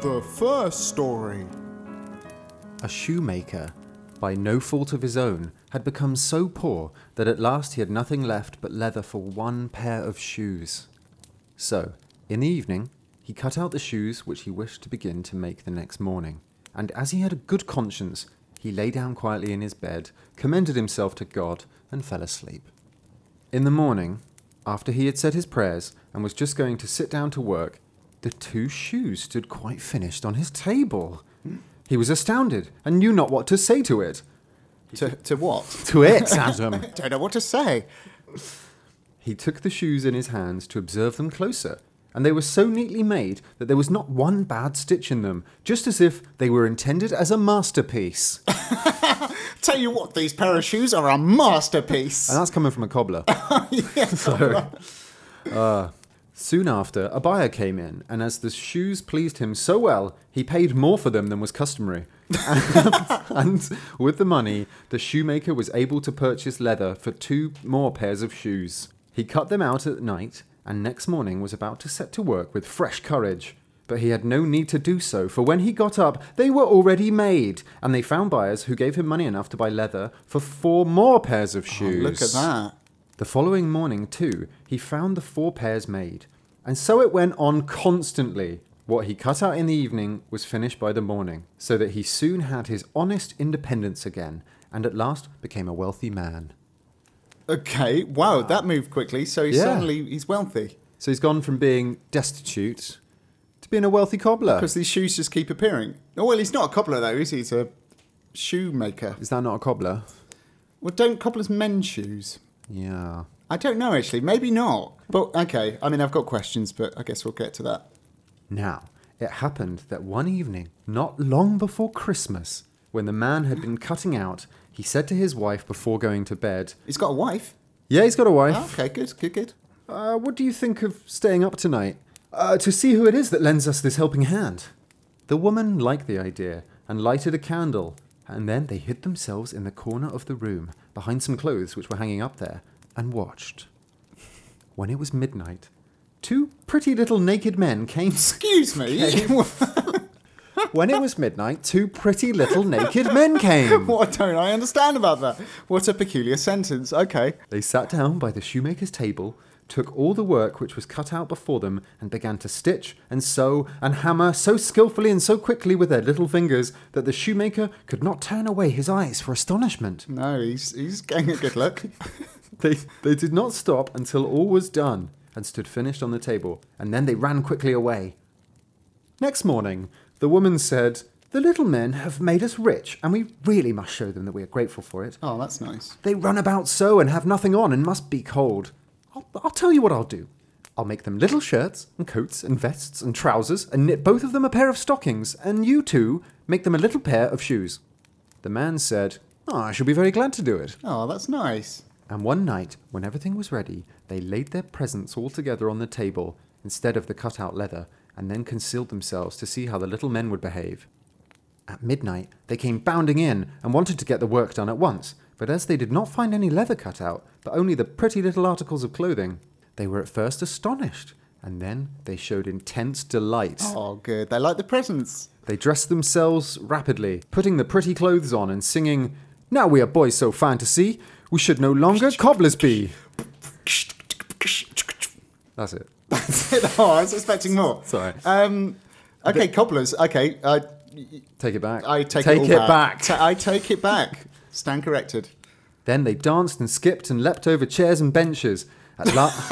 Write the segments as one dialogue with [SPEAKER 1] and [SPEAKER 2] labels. [SPEAKER 1] The first story.
[SPEAKER 2] A shoemaker, by no fault of his own, had become so poor that at last he had nothing left but leather for one pair of shoes. So, in the evening, he cut out the shoes which he wished to begin to make the next morning. And as he had a good conscience, he lay down quietly in his bed, commended himself to God, and fell asleep. In the morning, after he had said his prayers and was just going to sit down to work, the two shoes stood quite finished on his table. He was astounded and knew not what to say to it.
[SPEAKER 1] To, to what?
[SPEAKER 2] To it, Adam!
[SPEAKER 1] Don't know what to say.
[SPEAKER 2] He took the shoes in his hands to observe them closer, and they were so neatly made that there was not one bad stitch in them, just as if they were intended as a masterpiece. And
[SPEAKER 1] Tell you what, these pair of shoes are a masterpiece.
[SPEAKER 2] that's coming from a cobbler. so, uh, soon after, a buyer came in, and as the shoes pleased him so well, he paid more for them than was customary. and with the money, the shoemaker was able to purchase leather for two more pairs of shoes. He cut them out at night, and next morning was about to set to work with fresh courage. But he had no need to do so, for when he got up, they were already made, and they found buyers who gave him money enough to buy leather for four more pairs of shoes.
[SPEAKER 1] Oh, Look at that.
[SPEAKER 2] The following morning, too, he found the four pairs made. And so it went on constantly. What he cut out in the evening was finished by the morning, so that he soon had his honest independence again, and at last became a wealthy man.
[SPEAKER 1] Okay, wow, that moved quickly. So he's
[SPEAKER 2] Yeah.
[SPEAKER 1] suddenly he's wealthy
[SPEAKER 2] So he's gone from being destitute to being a wealthy cobbler.
[SPEAKER 1] because these shoes just keep appearing. Oh well, he's not a cobbler though, is he? He's a shoemaker.
[SPEAKER 2] Is that not a cobbler?
[SPEAKER 1] Well, don't cobblers mend shoes?
[SPEAKER 2] Yeah.
[SPEAKER 1] I don't know actually. Maybe not. But okay. I mean, I've got questions, but I guess we'll get to that.
[SPEAKER 2] Now, it happened that one evening, not long before Christmas, when the man had been cutting out, he said to his wife before going to bed,
[SPEAKER 1] He's got a wife. Oh,
[SPEAKER 2] Yeah, he's got a wife.
[SPEAKER 1] Okay. Good. Good. Good.
[SPEAKER 2] Uh, what do you think of staying up tonight? Uh, to see who it is that lends us this helping hand. The woman liked the idea and lighted a candle, and then they hid themselves in the corner of the room behind some clothes which were hanging up there and watched. When it was midnight, two pretty little naked men came.
[SPEAKER 1] Excuse me.
[SPEAKER 2] when it was midnight, two pretty little naked men came.
[SPEAKER 1] what don't I understand about that? What a peculiar sentence. Okay.
[SPEAKER 2] They sat down by the shoemaker's table, took all the work which was cut out before them, and began to stitch and sew and hammer so skilfully and so quickly with their little fingers that the shoemaker could not turn away his eyes for astonishment.
[SPEAKER 1] No, he's he's getting a good look.
[SPEAKER 2] They, they did not stop until all was done and stood finished on the table, and then they ran quickly away. Next morning, the woman said, The little men have made us rich, and we really must show them that we are grateful for it.
[SPEAKER 1] oh, that's nice.
[SPEAKER 2] They run about so and have nothing on and must be cold. I'll, I'll tell you what I'll do. I'll make them little shirts and coats and vests and trousers and knit both of them a pair of stockings, and you too make them a little pair of shoes. The man said, "Ah, I shall be very glad to do it.
[SPEAKER 1] Oh, that's nice.
[SPEAKER 2] And one night, when everything was ready, they laid their presents all together on the table instead of the cut out leather, and then concealed themselves to see how the little men would behave. At midnight, they came bounding in and wanted to get the work done at once, but as they did not find any leather cut out, but only the pretty little articles of clothing, they were at first astonished, and then they showed intense delight.
[SPEAKER 1] Oh, good. They like the presents.
[SPEAKER 2] They dressed themselves rapidly, putting the pretty clothes on and singing, Now we are boys so fine to see, we should no longer cobblers be. That's it.
[SPEAKER 1] oh, I was expecting more.
[SPEAKER 2] Sorry.
[SPEAKER 1] Um, okay, cobblers. Okay, I
[SPEAKER 2] Take it back.
[SPEAKER 1] I take,
[SPEAKER 2] take
[SPEAKER 1] it, all
[SPEAKER 2] back.
[SPEAKER 1] Ta- I take it back. Stand corrected.
[SPEAKER 2] then they danced and skipped and leapt over chairs and benches. At last.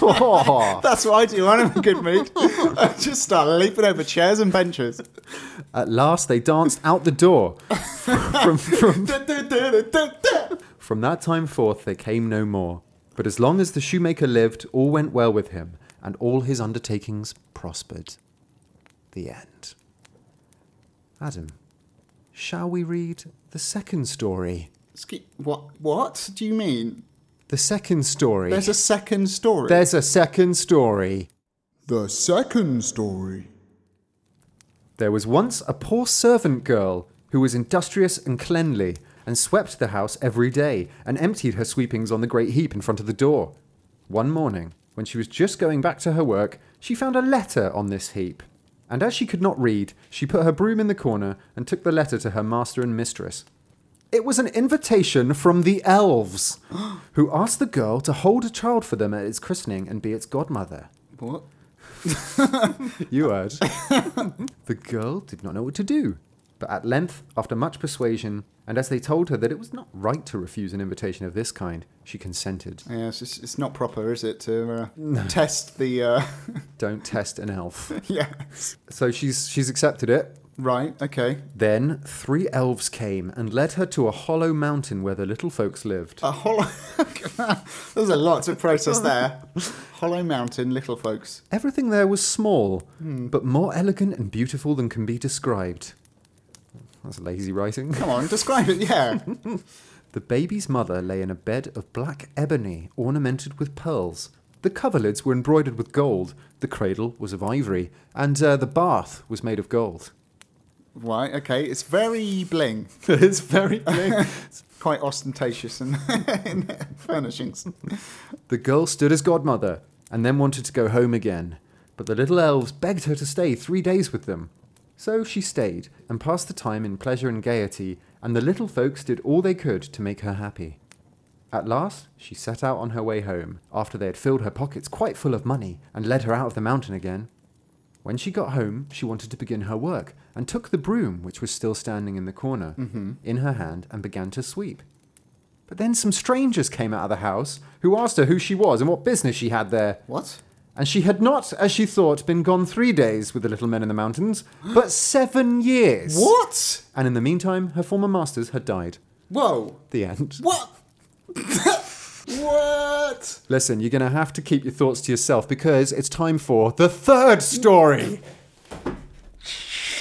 [SPEAKER 2] oh.
[SPEAKER 1] That's what I do when I'm in a good mood. I just start leaping over chairs and benches.
[SPEAKER 2] At last, they danced out the door. from, from,
[SPEAKER 1] Du- du- du- du- du- du.
[SPEAKER 2] from that time forth, they came no more. But as long as the shoemaker lived, all went well with him, and all his undertakings prospered. The end. Adam, shall we read the second story?
[SPEAKER 1] Ski- what? What do you mean?
[SPEAKER 2] The second story.
[SPEAKER 1] There's a second story.
[SPEAKER 2] There's a second story.
[SPEAKER 1] the second story.
[SPEAKER 2] There was once a poor servant girl who was industrious and cleanly, and swept the house every day, and emptied her sweepings on the great heap in front of the door. One morning, when she was just going back to her work, she found a letter on this heap. And as she could not read, she put her broom in the corner and took the letter to her master and mistress. It was an invitation from the elves, who asked the girl to hold a child for them at its christening and be its godmother.
[SPEAKER 1] What?
[SPEAKER 2] You heard. the girl did not know what to do. But at length, after much persuasion, and as they told her that it was not right to refuse an invitation of this kind, she consented.
[SPEAKER 1] Yeah, it's, just, it's not proper, is it, to uh, test the. Uh,
[SPEAKER 2] Don't test an elf.
[SPEAKER 1] yes.
[SPEAKER 2] so she's she's accepted it.
[SPEAKER 1] Right. Okay.
[SPEAKER 2] Then three elves came and led her to a hollow mountain where the little folks lived.
[SPEAKER 1] A hollow. There's a lot to process there. Hollow Mountain, little folks.
[SPEAKER 2] Everything there was small, but more elegant and beautiful than can be described. That's lazy writing.
[SPEAKER 1] Come on, describe it. Yeah.
[SPEAKER 2] The baby's mother lay in a bed of black ebony ornamented with pearls. The coverlids were embroidered with gold, the cradle was of ivory, and uh, the bath was made of gold.
[SPEAKER 1] right. Okay. It's very bling.
[SPEAKER 2] it's very clear.
[SPEAKER 1] Quite ostentatious in, in their furnishings.
[SPEAKER 2] the girl stood as godmother and then wanted to go home again, but the little elves begged her to stay three days with them. So she stayed and passed the time in pleasure and gaiety, and the little folks did all they could to make her happy. At last, she set out on her way home, after they had filled her pockets quite full of money and led her out of the mountain again. When she got home, she wanted to begin her work and took the broom, which was still standing in the corner, in her hand and began to sweep. But then some strangers came out of the house who asked her who she was and what business she had there.
[SPEAKER 1] What?
[SPEAKER 2] And she had not, as she thought, been gone three days with the little men in the mountains, but seven years.
[SPEAKER 1] What?
[SPEAKER 2] And in the meantime, her former masters had died.
[SPEAKER 1] Whoa.
[SPEAKER 2] The end.
[SPEAKER 1] What? what?
[SPEAKER 2] Listen, you're going to have to keep your thoughts to yourself because it's time for the third story.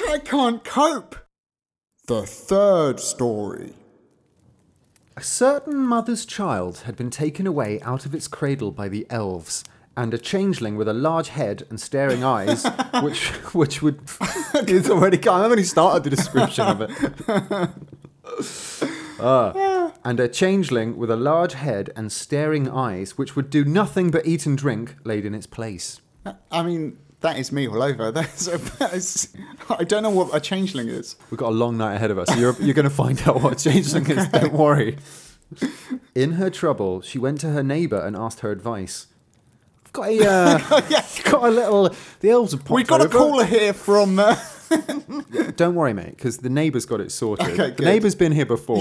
[SPEAKER 1] I can't cope. The third story.
[SPEAKER 2] A certain mother's child had been taken away out of its cradle by the elves, and a changeling with a large head and staring eyes, which which would it's already gone. I've only started the description of it. Ah, and a changeling with a large head and staring eyes, which would do nothing but eat and drink, laid in its place.
[SPEAKER 1] I mean, that is me all over. That's a, that is, I don't know what a changeling is.
[SPEAKER 2] We've got a long night ahead of us. You're, you're going to find out what changeling is. Don't worry. In her trouble, she went to her neighbour and asked her advice. I've got a, uh, got a little. The elves have popped
[SPEAKER 1] We've got a
[SPEAKER 2] over.
[SPEAKER 1] caller here from. Uh,
[SPEAKER 2] Don't worry, mate, because the neighbour's got it sorted.
[SPEAKER 1] Okay,
[SPEAKER 2] the
[SPEAKER 1] good.
[SPEAKER 2] neighbour's been here before.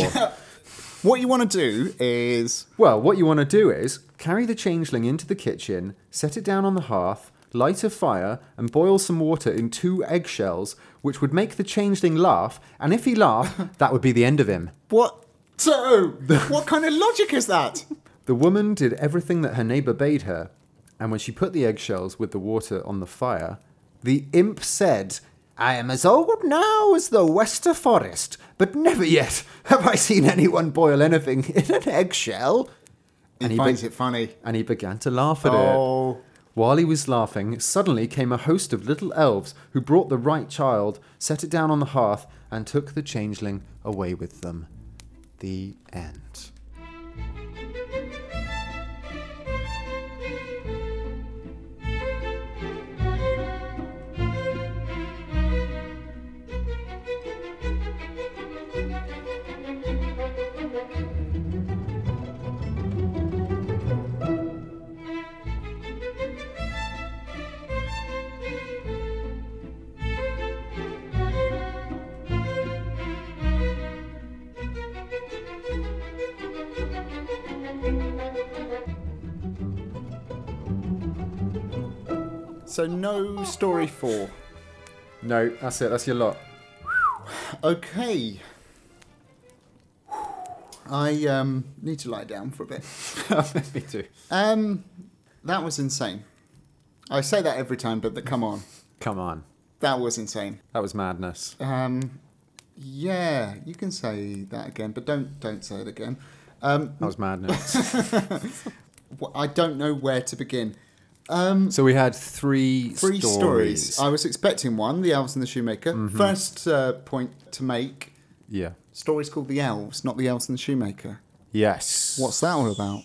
[SPEAKER 1] what you want to do is.
[SPEAKER 2] Well, what you want to do is carry the changeling into the kitchen, set it down on the hearth, light a fire, and boil some water in two eggshells, which would make the changeling laugh. And if he laughed, that would be the end of him.
[SPEAKER 1] What? So, what kind of logic is that?
[SPEAKER 2] The woman did everything that her neighbour bade her, and when she put the eggshells with the water on the fire, the imp said, I am as old now as the Wester Forest, but never yet have I seen anyone boil anything in an eggshell.
[SPEAKER 1] He
[SPEAKER 2] And he
[SPEAKER 1] finds
[SPEAKER 2] be-
[SPEAKER 1] it funny.
[SPEAKER 2] And he began to laugh at
[SPEAKER 1] Oh.
[SPEAKER 2] it. While he was laughing, suddenly came a host of little elves who brought the right child, set it down on the hearth, and took the changeling away with them. The end.
[SPEAKER 1] So, no story four.
[SPEAKER 2] No, that's it. That's your lot.
[SPEAKER 1] Okay. I um, need to lie down for a bit.
[SPEAKER 2] Me too.
[SPEAKER 1] Um, that was insane. I say that every time, but the, come on,
[SPEAKER 2] Come on.
[SPEAKER 1] that was insane.
[SPEAKER 2] That was madness.
[SPEAKER 1] Um, yeah, you can say that again, but don't don't say it again. Um,
[SPEAKER 2] That was madness.
[SPEAKER 1] wh- I don't know where to begin.
[SPEAKER 2] so we had three,
[SPEAKER 1] Um, Three stories.
[SPEAKER 2] stories.
[SPEAKER 1] I was expecting one, the elves and the shoemaker. First uh, point to make:
[SPEAKER 2] yeah.
[SPEAKER 1] stories called the elves, not the elves and the shoemaker.
[SPEAKER 2] Yes.
[SPEAKER 1] What's that all about?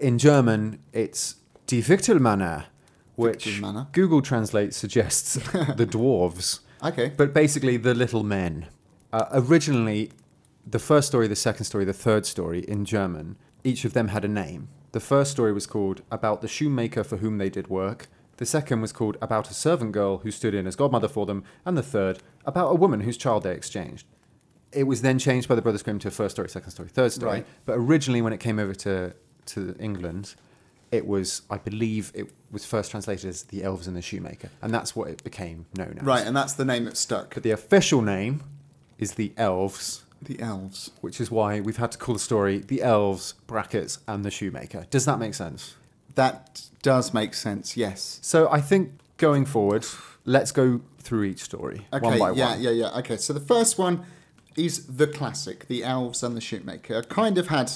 [SPEAKER 2] in German, it's Die Wichtelmänner, which
[SPEAKER 1] Wichtelmänner.
[SPEAKER 2] Google Translate suggests the dwarves,
[SPEAKER 1] Okay,
[SPEAKER 2] but basically the little men. Uh, originally, the first story, the second story, the third story in German, each of them had a name. The first story was called About the Shoemaker for Whom They Did Work. The second was called About a Servant Girl Who Stood In as Godmother for Them. And the third, About a Woman Whose Child They Exchanged. It was then changed by the Brothers Grimm to first story, second story, third story.
[SPEAKER 1] Right.
[SPEAKER 2] But originally, when it came over to, to England, it was, I believe, it was first translated as The Elves and the Shoemaker. And that's what it became known as.
[SPEAKER 1] right, and that's the name that stuck.
[SPEAKER 2] But the official name is The Elves
[SPEAKER 1] The elves.
[SPEAKER 2] which is why we've had to call the story The Elves, Brackets, and The Shoemaker. Does that make sense?
[SPEAKER 1] That does make sense. Yes.
[SPEAKER 2] So I think going forward, let's go through each story
[SPEAKER 1] Okay,
[SPEAKER 2] one by
[SPEAKER 1] yeah,
[SPEAKER 2] one.
[SPEAKER 1] yeah, yeah. Okay, so the first one is the classic, the elves and the shoemaker. I kind of had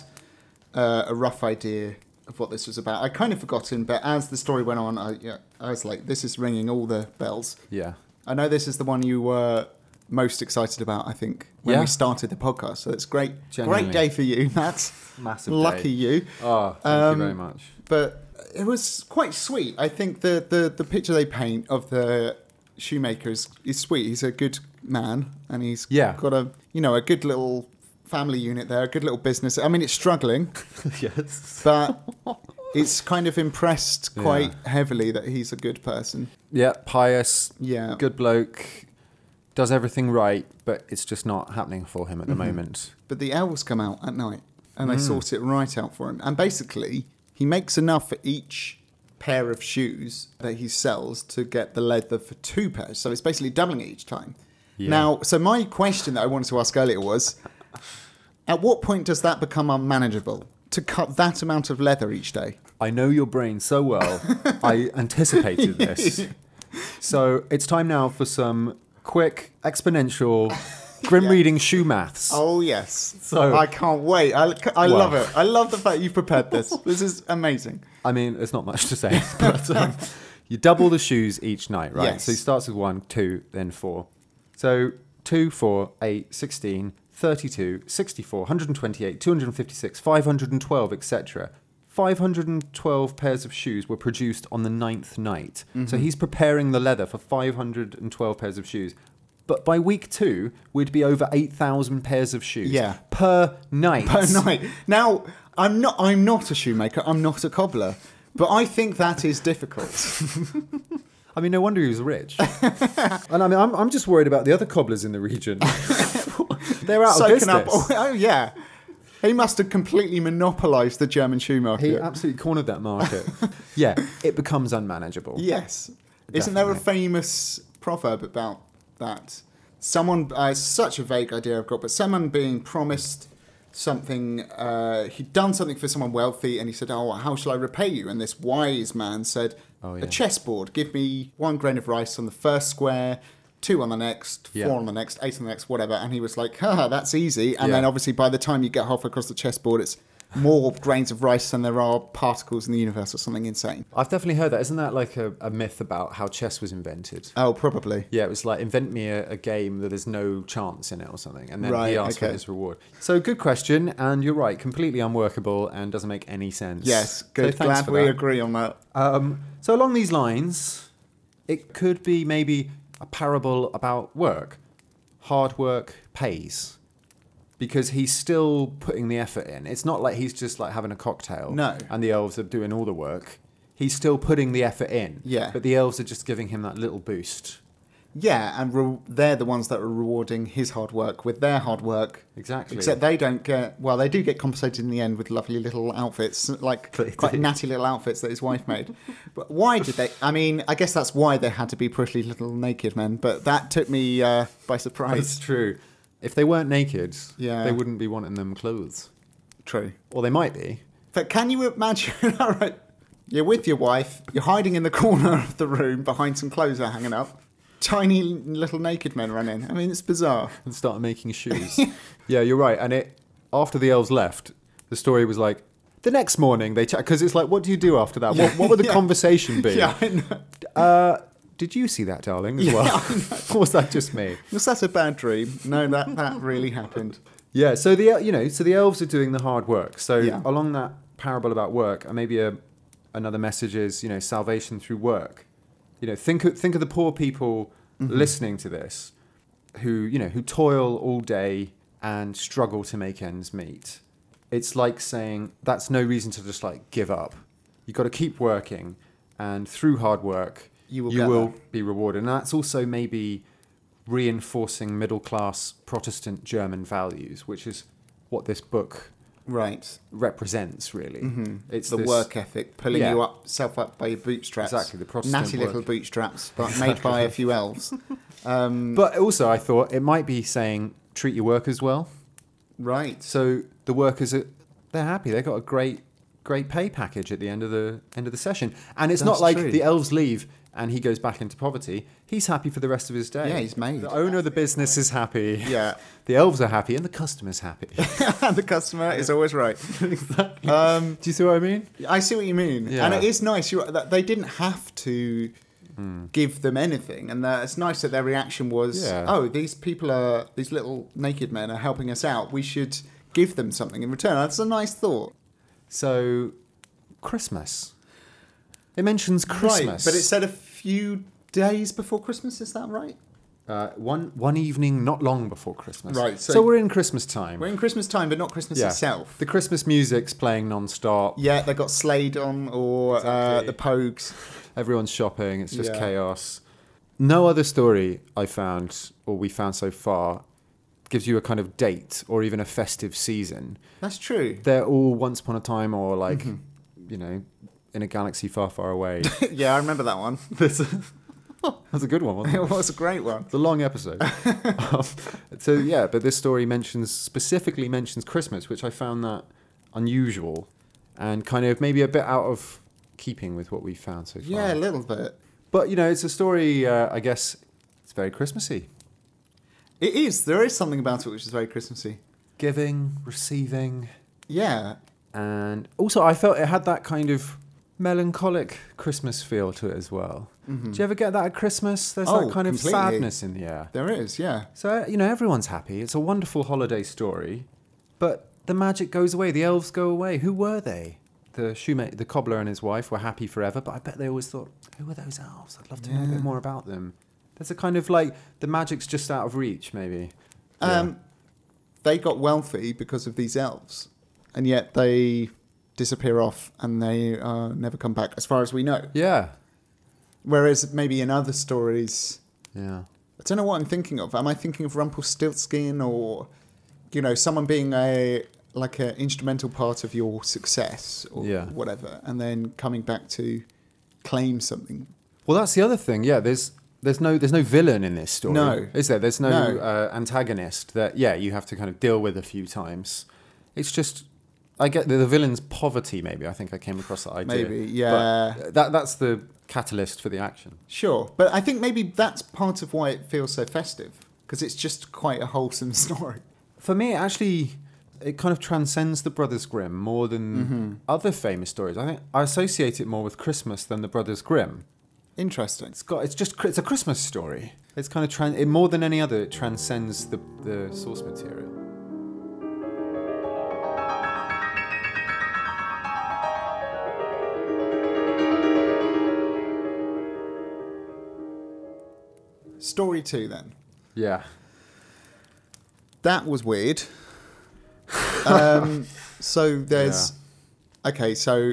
[SPEAKER 1] uh, a rough idea of what this was about. I kind of forgotten, but as the story went on, I, yeah, I was like, this is ringing all the bells.
[SPEAKER 2] Yeah.
[SPEAKER 1] I know this is the one you were most excited about. I think when
[SPEAKER 2] Yeah.
[SPEAKER 1] we started the podcast, so it's great,
[SPEAKER 2] Genuinely.
[SPEAKER 1] great day for you, Matt.
[SPEAKER 2] Massive
[SPEAKER 1] Lucky
[SPEAKER 2] day.
[SPEAKER 1] you
[SPEAKER 2] Oh, thank
[SPEAKER 1] Um,
[SPEAKER 2] you very much.
[SPEAKER 1] but it was quite sweet. I think the the, the picture they paint of the shoemaker is, is sweet. He's a good man, and he's
[SPEAKER 2] Yeah.
[SPEAKER 1] got a you know a good little family unit there, a good little business. I mean, it's struggling,
[SPEAKER 2] yes.
[SPEAKER 1] but it's kind of impressed quite heavily that he's a good person.
[SPEAKER 2] Yeah, pious,
[SPEAKER 1] Yeah,
[SPEAKER 2] good bloke, does everything right, but it's just not happening for him at the
[SPEAKER 1] Mm-hmm.
[SPEAKER 2] moment.
[SPEAKER 1] But the elves come out at night and they sort it right out for him. And basically, he makes enough for each pair of shoes that he sells to get the leather for two pairs. So it's basically doubling it each time.
[SPEAKER 2] Yeah.
[SPEAKER 1] Now, so my question that I wanted to ask earlier was at what point does that become unmanageable to cut that amount of leather each day?
[SPEAKER 2] I know your brain so well. I anticipated this. So it's time now for some quick, exponential, grim
[SPEAKER 1] Yeah.
[SPEAKER 2] reading shoe maths.
[SPEAKER 1] Oh, yes.
[SPEAKER 2] So-
[SPEAKER 1] I can't wait. I, I
[SPEAKER 2] Wow.
[SPEAKER 1] love it. I love the fact you've prepared this. This is amazing.
[SPEAKER 2] I mean, there's not much to say, but um, you double the shoes each night, right?
[SPEAKER 1] Yes.
[SPEAKER 2] So he starts with one, two, then four. So two, four, eight, 16, 32, 64, 128, 256, 512, etc. 512 pairs of shoes were produced on the ninth night.
[SPEAKER 1] Mm-hmm.
[SPEAKER 2] So he's preparing the leather for 512 pairs of shoes. But by week two, we'd be over 8,000 pairs of shoes
[SPEAKER 1] Yeah.
[SPEAKER 2] per night.
[SPEAKER 1] per night. Now, I'm not I'm not a shoemaker, I'm not a cobbler, but I think that is difficult.
[SPEAKER 2] I mean, no wonder he was rich. and I mean, I'm, I'm just worried about the other cobblers in the region. They're out of
[SPEAKER 1] Soaking
[SPEAKER 2] business.
[SPEAKER 1] up oh, yeah. He must have completely monopolized the German shoe market.
[SPEAKER 2] he absolutely cornered that market. yeah, it becomes unmanageable.
[SPEAKER 1] yes. Isn't there a famous proverb about that? Someone uh, such a vague idea I've got, but someone being promised something uh, he'd done something for someone wealthy and he said oh how shall i repay you and this wise man said
[SPEAKER 2] Oh,
[SPEAKER 1] a
[SPEAKER 2] yeah.
[SPEAKER 1] chessboard. Give me one grain of rice on the first square, two on the next,
[SPEAKER 2] Yeah.
[SPEAKER 1] four on the next, eight on the next, whatever. And he was like, "Ha, that's easy." And
[SPEAKER 2] Yeah.
[SPEAKER 1] then obviously by the time you get halfway across the chessboard, it's more grains of rice than there are particles in the universe, or something insane.
[SPEAKER 2] I've definitely heard that. Isn't that like a, a myth about how chess was invented?
[SPEAKER 1] Oh, probably.
[SPEAKER 2] Yeah, it was like invent me a, a game that there's no chance in it or something, and then
[SPEAKER 1] Right,
[SPEAKER 2] he asked for
[SPEAKER 1] okay.
[SPEAKER 2] his reward. So good question, and you're right, completely unworkable and doesn't make any sense.
[SPEAKER 1] Yes,
[SPEAKER 2] So
[SPEAKER 1] good.
[SPEAKER 2] thanks
[SPEAKER 1] Glad
[SPEAKER 2] for
[SPEAKER 1] we
[SPEAKER 2] that.
[SPEAKER 1] agree on that.
[SPEAKER 2] Um, so along these lines, it could be maybe a parable about work. Hard work pays. Because he's still putting the effort in. It's not like he's just like having a cocktail.
[SPEAKER 1] No.
[SPEAKER 2] And the elves are doing all the work. He's still putting the effort in.
[SPEAKER 1] Yeah.
[SPEAKER 2] But the elves are just giving him that little boost.
[SPEAKER 1] Yeah, and re- they're the ones that are rewarding his hard work with their hard work.
[SPEAKER 2] Exactly.
[SPEAKER 1] Except they don't get well. They do get compensated in the end with lovely little outfits, like
[SPEAKER 2] They
[SPEAKER 1] quite
[SPEAKER 2] do.
[SPEAKER 1] natty little outfits that his wife made. but why did they? I mean, I guess that's why they had to be pretty little naked men. But that took me uh, by surprise.
[SPEAKER 2] It's true. If they weren't naked,
[SPEAKER 1] Yeah.
[SPEAKER 2] they wouldn't be wanting them clothes.
[SPEAKER 1] True.
[SPEAKER 2] Or they might be.
[SPEAKER 1] But can you imagine? All right, you're with your wife. You're hiding in the corner of the room behind some clothes that are hanging up. Tiny little naked men run in. I mean, it's bizarre.
[SPEAKER 2] and started making shoes. yeah, you're right. And it after the elves left, the story was like the next morning they chat because it's like, what do you do after that? What, what would the
[SPEAKER 1] Yeah.
[SPEAKER 2] conversation be?
[SPEAKER 1] Yeah, I know.
[SPEAKER 2] Uh, did you see that, darling? As
[SPEAKER 1] Yeah,
[SPEAKER 2] well,
[SPEAKER 1] I
[SPEAKER 2] or was that just me?
[SPEAKER 1] Was that a bad dream? No, that that really happened.
[SPEAKER 2] Yeah. So the el- you know so the elves are doing the hard work. So
[SPEAKER 1] Yeah.
[SPEAKER 2] along that parable about work, and maybe a, another message is you know salvation through work. You know think of, think of the poor people listening to this, who you know who toil all day and struggle to make ends meet. It's like saying that's no reason to just like give up. You've got to keep working, and through hard work,
[SPEAKER 1] You will get
[SPEAKER 2] be rewarded. And that's also maybe reinforcing middle class Protestant German values, which is what this book
[SPEAKER 1] Right.
[SPEAKER 2] represents, really.
[SPEAKER 1] It's Mm-hmm. the
[SPEAKER 2] this-
[SPEAKER 1] work ethic, pulling
[SPEAKER 2] Yeah.
[SPEAKER 1] you up, self up by your bootstraps.
[SPEAKER 2] Exactly, the Protestant
[SPEAKER 1] Natty
[SPEAKER 2] work.
[SPEAKER 1] little bootstraps, but made by a few elves. Um,
[SPEAKER 2] But also, I thought it might be saying treat your workers well.
[SPEAKER 1] right.
[SPEAKER 2] So the workers are they're happy. They got a great great pay package at the end of the end of the session, and it's not
[SPEAKER 1] That's
[SPEAKER 2] like
[SPEAKER 1] true.
[SPEAKER 2] the elves leave and he goes back into poverty. He's happy for the rest of his day.
[SPEAKER 1] Yeah, he's made.
[SPEAKER 2] The owner of the business is happy.
[SPEAKER 1] Yeah.
[SPEAKER 2] The elves are happy, and the customer's happy.
[SPEAKER 1] the customer is always right.
[SPEAKER 2] exactly.
[SPEAKER 1] Um,
[SPEAKER 2] Do you see what I mean?
[SPEAKER 1] I see what you mean,
[SPEAKER 2] Yeah.
[SPEAKER 1] and it is nice. You're, that they didn't have to give them anything, and that it's nice that their reaction was,
[SPEAKER 2] Hmm. Yeah.
[SPEAKER 1] "Oh, these people are these little naked men are helping us out. We should give them something in return." That's a nice thought,
[SPEAKER 2] So, Christmas. It mentions Christmas,
[SPEAKER 1] But it said a few days before Christmas. Is that right?
[SPEAKER 2] uh, one one evening not long before Christmas.
[SPEAKER 1] Right,
[SPEAKER 2] So,
[SPEAKER 1] so-
[SPEAKER 2] we're in Christmas time.
[SPEAKER 1] We're in Christmas time, but not Christmas
[SPEAKER 2] Yeah.
[SPEAKER 1] itself.
[SPEAKER 2] The Christmas music's playing non-stop.
[SPEAKER 1] Yeah, they got Slade on or uh,
[SPEAKER 2] Exactly.
[SPEAKER 1] the Pogues.
[SPEAKER 2] Everyone's shopping. It's just
[SPEAKER 1] Yeah.
[SPEAKER 2] chaos. No other story I found, or we found so far, gives you a kind of date or even a festive season.
[SPEAKER 1] That's true.
[SPEAKER 2] They're all once upon a time, or like, you know, in a galaxy far, far away.
[SPEAKER 1] yeah, I remember that one.
[SPEAKER 2] That's a, that's a good one, wasn't it?
[SPEAKER 1] it was a great one.
[SPEAKER 2] It's a long episode. um, so yeah, but this story mentions specifically mentions Christmas, which I found that unusual and kind of maybe a bit out of keeping with what we found so far.
[SPEAKER 1] Yeah, a little bit.
[SPEAKER 2] But you know, it's a story. Uh, I guess it's very Christmassy.
[SPEAKER 1] It is. There is something about it which is very Christmassy.
[SPEAKER 2] Giving, receiving,
[SPEAKER 1] Yeah,
[SPEAKER 2] and also I felt it had that kind of melancholic Christmas feel to it as well.
[SPEAKER 1] Mm-hmm.
[SPEAKER 2] Do you ever get that at Christmas? There's
[SPEAKER 1] Hmm. Oh,
[SPEAKER 2] that kind of
[SPEAKER 1] completely.
[SPEAKER 2] sadness in the air.
[SPEAKER 1] there is. Yeah,
[SPEAKER 2] So, uh, you know, everyone's happy. It's a wonderful holiday story. But the magic goes away. The elves go away. Who were they? The shoemaker, the cobbler and his wife were happy forever, but I bet they always thought, who were those elves? I'd love to know a
[SPEAKER 1] Yeah.
[SPEAKER 2] bit more about them. There's a kind of like, the magic's just out of reach, maybe.
[SPEAKER 1] um, they got wealthy because of these elves, and yet they disappear off and they uh, never come back, as far as we know.
[SPEAKER 2] yeah.
[SPEAKER 1] Whereas maybe in other stories,
[SPEAKER 2] Yeah.
[SPEAKER 1] I don't know what I'm thinking of. Am I thinking of Rumpelstiltskin or, you know, someone being a like an instrumental part of your success or
[SPEAKER 2] Yeah.
[SPEAKER 1] whatever, and then coming back to claim something?
[SPEAKER 2] Well, that's the other thing. Yeah, there's there's no there's no villain in this story.
[SPEAKER 1] No.
[SPEAKER 2] is there? There's no,
[SPEAKER 1] No.
[SPEAKER 2] Uh, antagonist that yeah you have to kind of deal with a few times. It's just I get the, the villain's poverty. Maybe I think I came across that idea.
[SPEAKER 1] Maybe, yeah.
[SPEAKER 2] But that that's the catalyst for the action.
[SPEAKER 1] Sure, but I think maybe that's part of why it feels so festive because it's just quite a wholesome story.
[SPEAKER 2] For me, it actually, it kind of transcends the Brothers Grimm more than
[SPEAKER 1] Mm-hmm.
[SPEAKER 2] other famous stories. I think I associate it more with Christmas than the Brothers Grimm.
[SPEAKER 1] Interesting.
[SPEAKER 2] It's got it's just it's a Christmas story. It's kind of tran- it, more than any other. It transcends the the source material.
[SPEAKER 1] Story two, then.
[SPEAKER 2] Yeah.
[SPEAKER 1] That was weird. um, so there's. Okay, so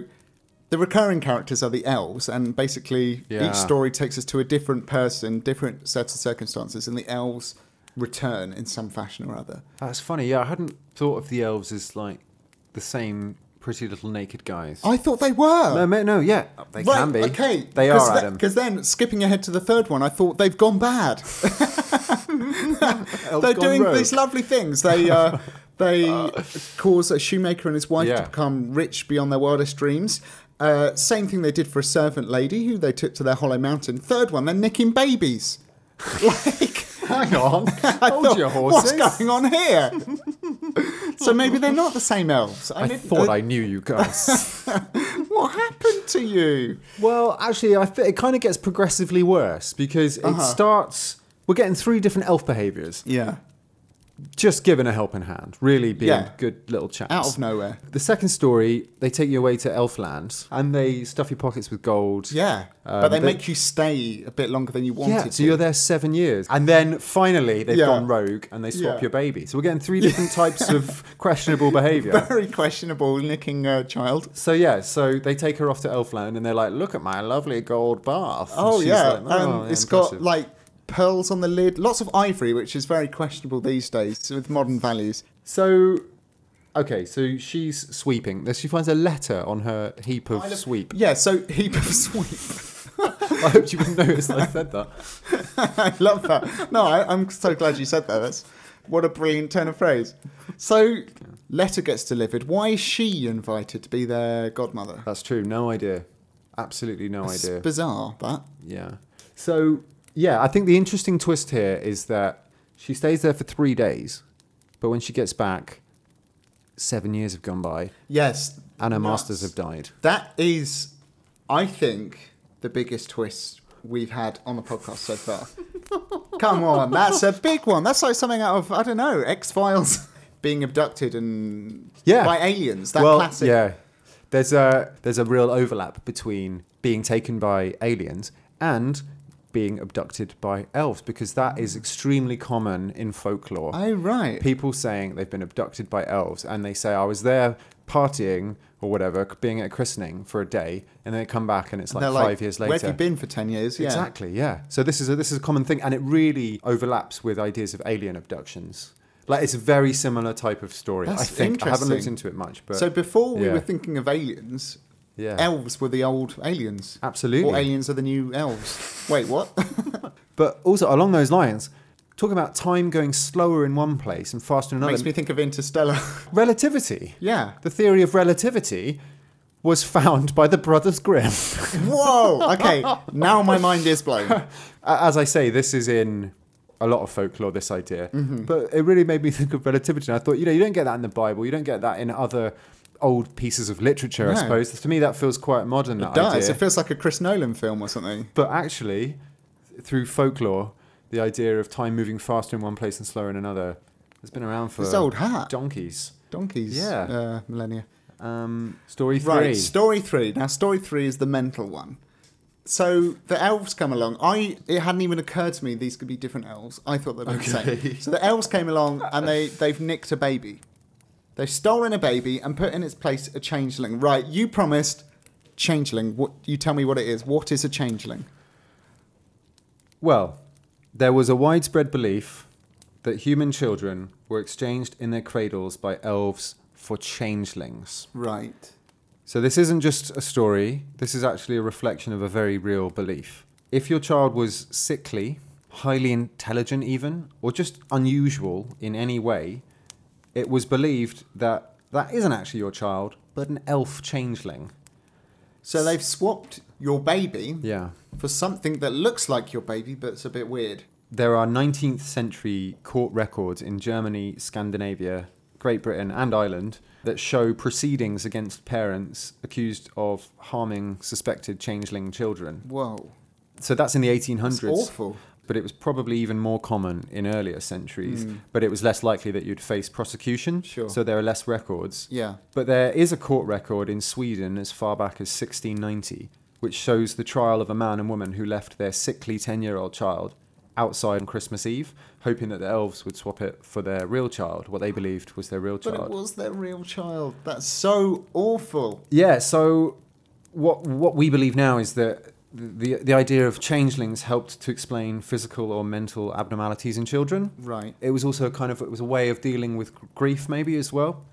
[SPEAKER 1] the recurring characters are the elves, and basically
[SPEAKER 2] Yeah.
[SPEAKER 1] each story takes us to a different person, different sets of circumstances, and the elves return in some fashion or other.
[SPEAKER 2] That's funny. Yeah, I hadn't thought of the elves as like the same pretty little naked guys.
[SPEAKER 1] I thought they were.
[SPEAKER 2] no, ma- no, yeah, they
[SPEAKER 1] Oh, Right,
[SPEAKER 2] can be.
[SPEAKER 1] Okay,
[SPEAKER 2] they are Adam.
[SPEAKER 1] Because then, skipping ahead to the third one, I thought they've gone bad. They're
[SPEAKER 3] gone
[SPEAKER 1] doing
[SPEAKER 3] rogue.
[SPEAKER 1] these lovely things. They uh, they cause a shoemaker and his wife
[SPEAKER 3] Yeah.
[SPEAKER 1] to become rich beyond their wildest dreams. Uh, same thing they did for a servant lady who they took to their hollow mountain. Third one, they're nicking babies. like
[SPEAKER 3] Hang on.
[SPEAKER 1] I
[SPEAKER 3] Hold
[SPEAKER 1] thought,
[SPEAKER 3] your horses.
[SPEAKER 1] what's going on here? so maybe they're not the same elves.
[SPEAKER 2] I
[SPEAKER 1] didn't-
[SPEAKER 2] thought I knew you guys.
[SPEAKER 1] What happened to you?
[SPEAKER 2] well, actually, I th- it kind of gets progressively worse because
[SPEAKER 1] Uh-huh.
[SPEAKER 2] it starts. We're getting three different elf behaviors.
[SPEAKER 1] Yeah,
[SPEAKER 2] Just giving a helping hand, really being
[SPEAKER 1] Yeah.
[SPEAKER 2] good little chaps.
[SPEAKER 1] out of nowhere.
[SPEAKER 2] The second story, they take you away to Elfland and they stuff your pockets with gold.
[SPEAKER 1] Yeah,
[SPEAKER 2] Um,
[SPEAKER 1] but they,
[SPEAKER 2] they-
[SPEAKER 1] make you stay a bit longer than you wanted
[SPEAKER 2] Yeah, so
[SPEAKER 1] to.
[SPEAKER 2] you're there seven years. And then finally, they've
[SPEAKER 1] Yeah.
[SPEAKER 2] gone rogue and they swap
[SPEAKER 1] Yeah.
[SPEAKER 2] your baby. So we're getting three different types of questionable behavior.
[SPEAKER 1] Very questionable nicking a child.
[SPEAKER 2] So yeah, so they take her off to Elfland and they're like, "Look at my lovely gold bath." And
[SPEAKER 1] Oh
[SPEAKER 2] she's
[SPEAKER 1] yeah,
[SPEAKER 2] like,
[SPEAKER 1] um,
[SPEAKER 2] "Oh, yeah,
[SPEAKER 1] it's
[SPEAKER 2] impressive."
[SPEAKER 1] got like pearls on the lid, lots of ivory, which is very questionable these days with modern values.
[SPEAKER 2] so. Okay, so she's sweeping. Then She finds a letter on her heap of sweep.
[SPEAKER 1] Yeah, so heap of sweep.
[SPEAKER 2] I hope you would notice I said that.
[SPEAKER 1] I love that. No, I, I'm so glad you said that. That's what a brilliant turn of phrase. So, letter gets delivered. Why is she invited to be their godmother?
[SPEAKER 2] That's true. No idea. Absolutely no
[SPEAKER 1] It's
[SPEAKER 2] idea.
[SPEAKER 1] bizarre. That
[SPEAKER 2] Yeah. So, yeah, I think the interesting twist here is that she stays there for three days, but when she gets back, seven years have gone by
[SPEAKER 1] yes,
[SPEAKER 2] and her
[SPEAKER 1] Nuts.
[SPEAKER 2] masters have died.
[SPEAKER 1] That is, I think, the biggest twist we've had on the podcast so far. Come on, that's a big one. That's like something out of I don't know X Files being abducted and
[SPEAKER 2] Yeah.
[SPEAKER 1] by aliens. That
[SPEAKER 2] well,
[SPEAKER 1] classic.
[SPEAKER 2] yeah. There's a there's a real overlap between being taken by aliens and being abducted by elves because that
[SPEAKER 1] Mm.
[SPEAKER 2] is extremely common in folklore.
[SPEAKER 1] Oh right.
[SPEAKER 2] people saying they've been abducted by elves and they say i was there partying or whatever being at a christening for a day and then they come back and it's
[SPEAKER 1] And
[SPEAKER 2] like
[SPEAKER 1] they're
[SPEAKER 2] five years later
[SPEAKER 1] Where have you been for ten years? Yeah.
[SPEAKER 2] exactly yeah so this is a this is a common thing and it really overlaps with ideas of alien abductions like it's a very similar type of story i
[SPEAKER 1] That's
[SPEAKER 2] think i haven't looked
[SPEAKER 1] interesting.
[SPEAKER 2] into it much but
[SPEAKER 1] so before we
[SPEAKER 2] yeah.
[SPEAKER 1] were thinking of aliens,
[SPEAKER 2] yeah
[SPEAKER 1] elves were the old aliens.
[SPEAKER 2] absolutely
[SPEAKER 1] Or aliens are the new elves. Wait, what?
[SPEAKER 2] but also along those lines talking about time going slower in one place and faster in another
[SPEAKER 1] Makes me think of Interstellar.
[SPEAKER 2] relativity
[SPEAKER 1] yeah.
[SPEAKER 2] The theory of relativity was found by the Brothers Grimm.
[SPEAKER 1] Whoa. Okay. Now my mind is blown.
[SPEAKER 2] A- As I say, this is in a lot of folklore, this idea.
[SPEAKER 1] Mm-hmm.
[SPEAKER 2] But it really made me think of relativity. And I thought, you know, you don't get that in the Bible, you don't get that in other old pieces of literature, I
[SPEAKER 1] No.
[SPEAKER 2] suppose. To me, that feels quite modern, that
[SPEAKER 1] does.
[SPEAKER 2] idea.
[SPEAKER 1] It feels like a Chris Nolan film or something.
[SPEAKER 2] but actually, through folklore, the idea of time moving faster in one place and slower in another has been around for
[SPEAKER 1] It's old hat.
[SPEAKER 2] donkeys.
[SPEAKER 1] Donkeys.
[SPEAKER 2] Yeah.
[SPEAKER 1] Uh, millennia.
[SPEAKER 2] Um, story three.
[SPEAKER 1] Right. Story three. Now, story three is the mental one. So the elves come along. I it hadn't even occurred to me these could be different elves. I thought they were the
[SPEAKER 2] Okay.
[SPEAKER 1] same. So the elves came along and they they've nicked a baby. They've stolen a baby and put in its place a changeling. Right, you promised changeling. What you tell me what it is? What is a changeling?
[SPEAKER 2] Well, there was a widespread belief that human children were exchanged in their cradles by elves for changelings.
[SPEAKER 1] Right.
[SPEAKER 2] So this isn't just a story, this is actually a reflection of a very real belief. If your child was sickly, highly intelligent even, or just unusual in any way, it was believed that that isn't actually your child, but an elf changeling.
[SPEAKER 1] So they've swapped your baby
[SPEAKER 2] Yeah.
[SPEAKER 1] for something that looks like your baby but it's a bit weird.
[SPEAKER 2] There are 19th century court records in Germany, Scandinavia, Great Britain, and Ireland that show proceedings against parents accused of harming suspected changeling children.
[SPEAKER 1] Whoa.
[SPEAKER 2] So that's in the
[SPEAKER 1] That's
[SPEAKER 2] 1800s.
[SPEAKER 1] awful.
[SPEAKER 2] But it was probably even more common in earlier centuries, but it was less likely that you'd face prosecution.
[SPEAKER 1] Hmm. Sure.
[SPEAKER 2] So there are less records.
[SPEAKER 1] Yeah.
[SPEAKER 2] But there is a court record in Sweden as far back as 1690, which shows the trial of a man and woman who left their sickly 10 year old child outside on Christmas Eve, hoping that the elves would swap it for their real child, what they believed was their real
[SPEAKER 1] But it
[SPEAKER 2] child.
[SPEAKER 1] was their real child. That's so awful.
[SPEAKER 2] Yeah, so what, what we believe now is that the, the idea of changelings helped to explain physical or mental abnormalities in children.
[SPEAKER 1] Right.
[SPEAKER 2] It was also kind of it was a way of dealing with gr- grief, maybe as well.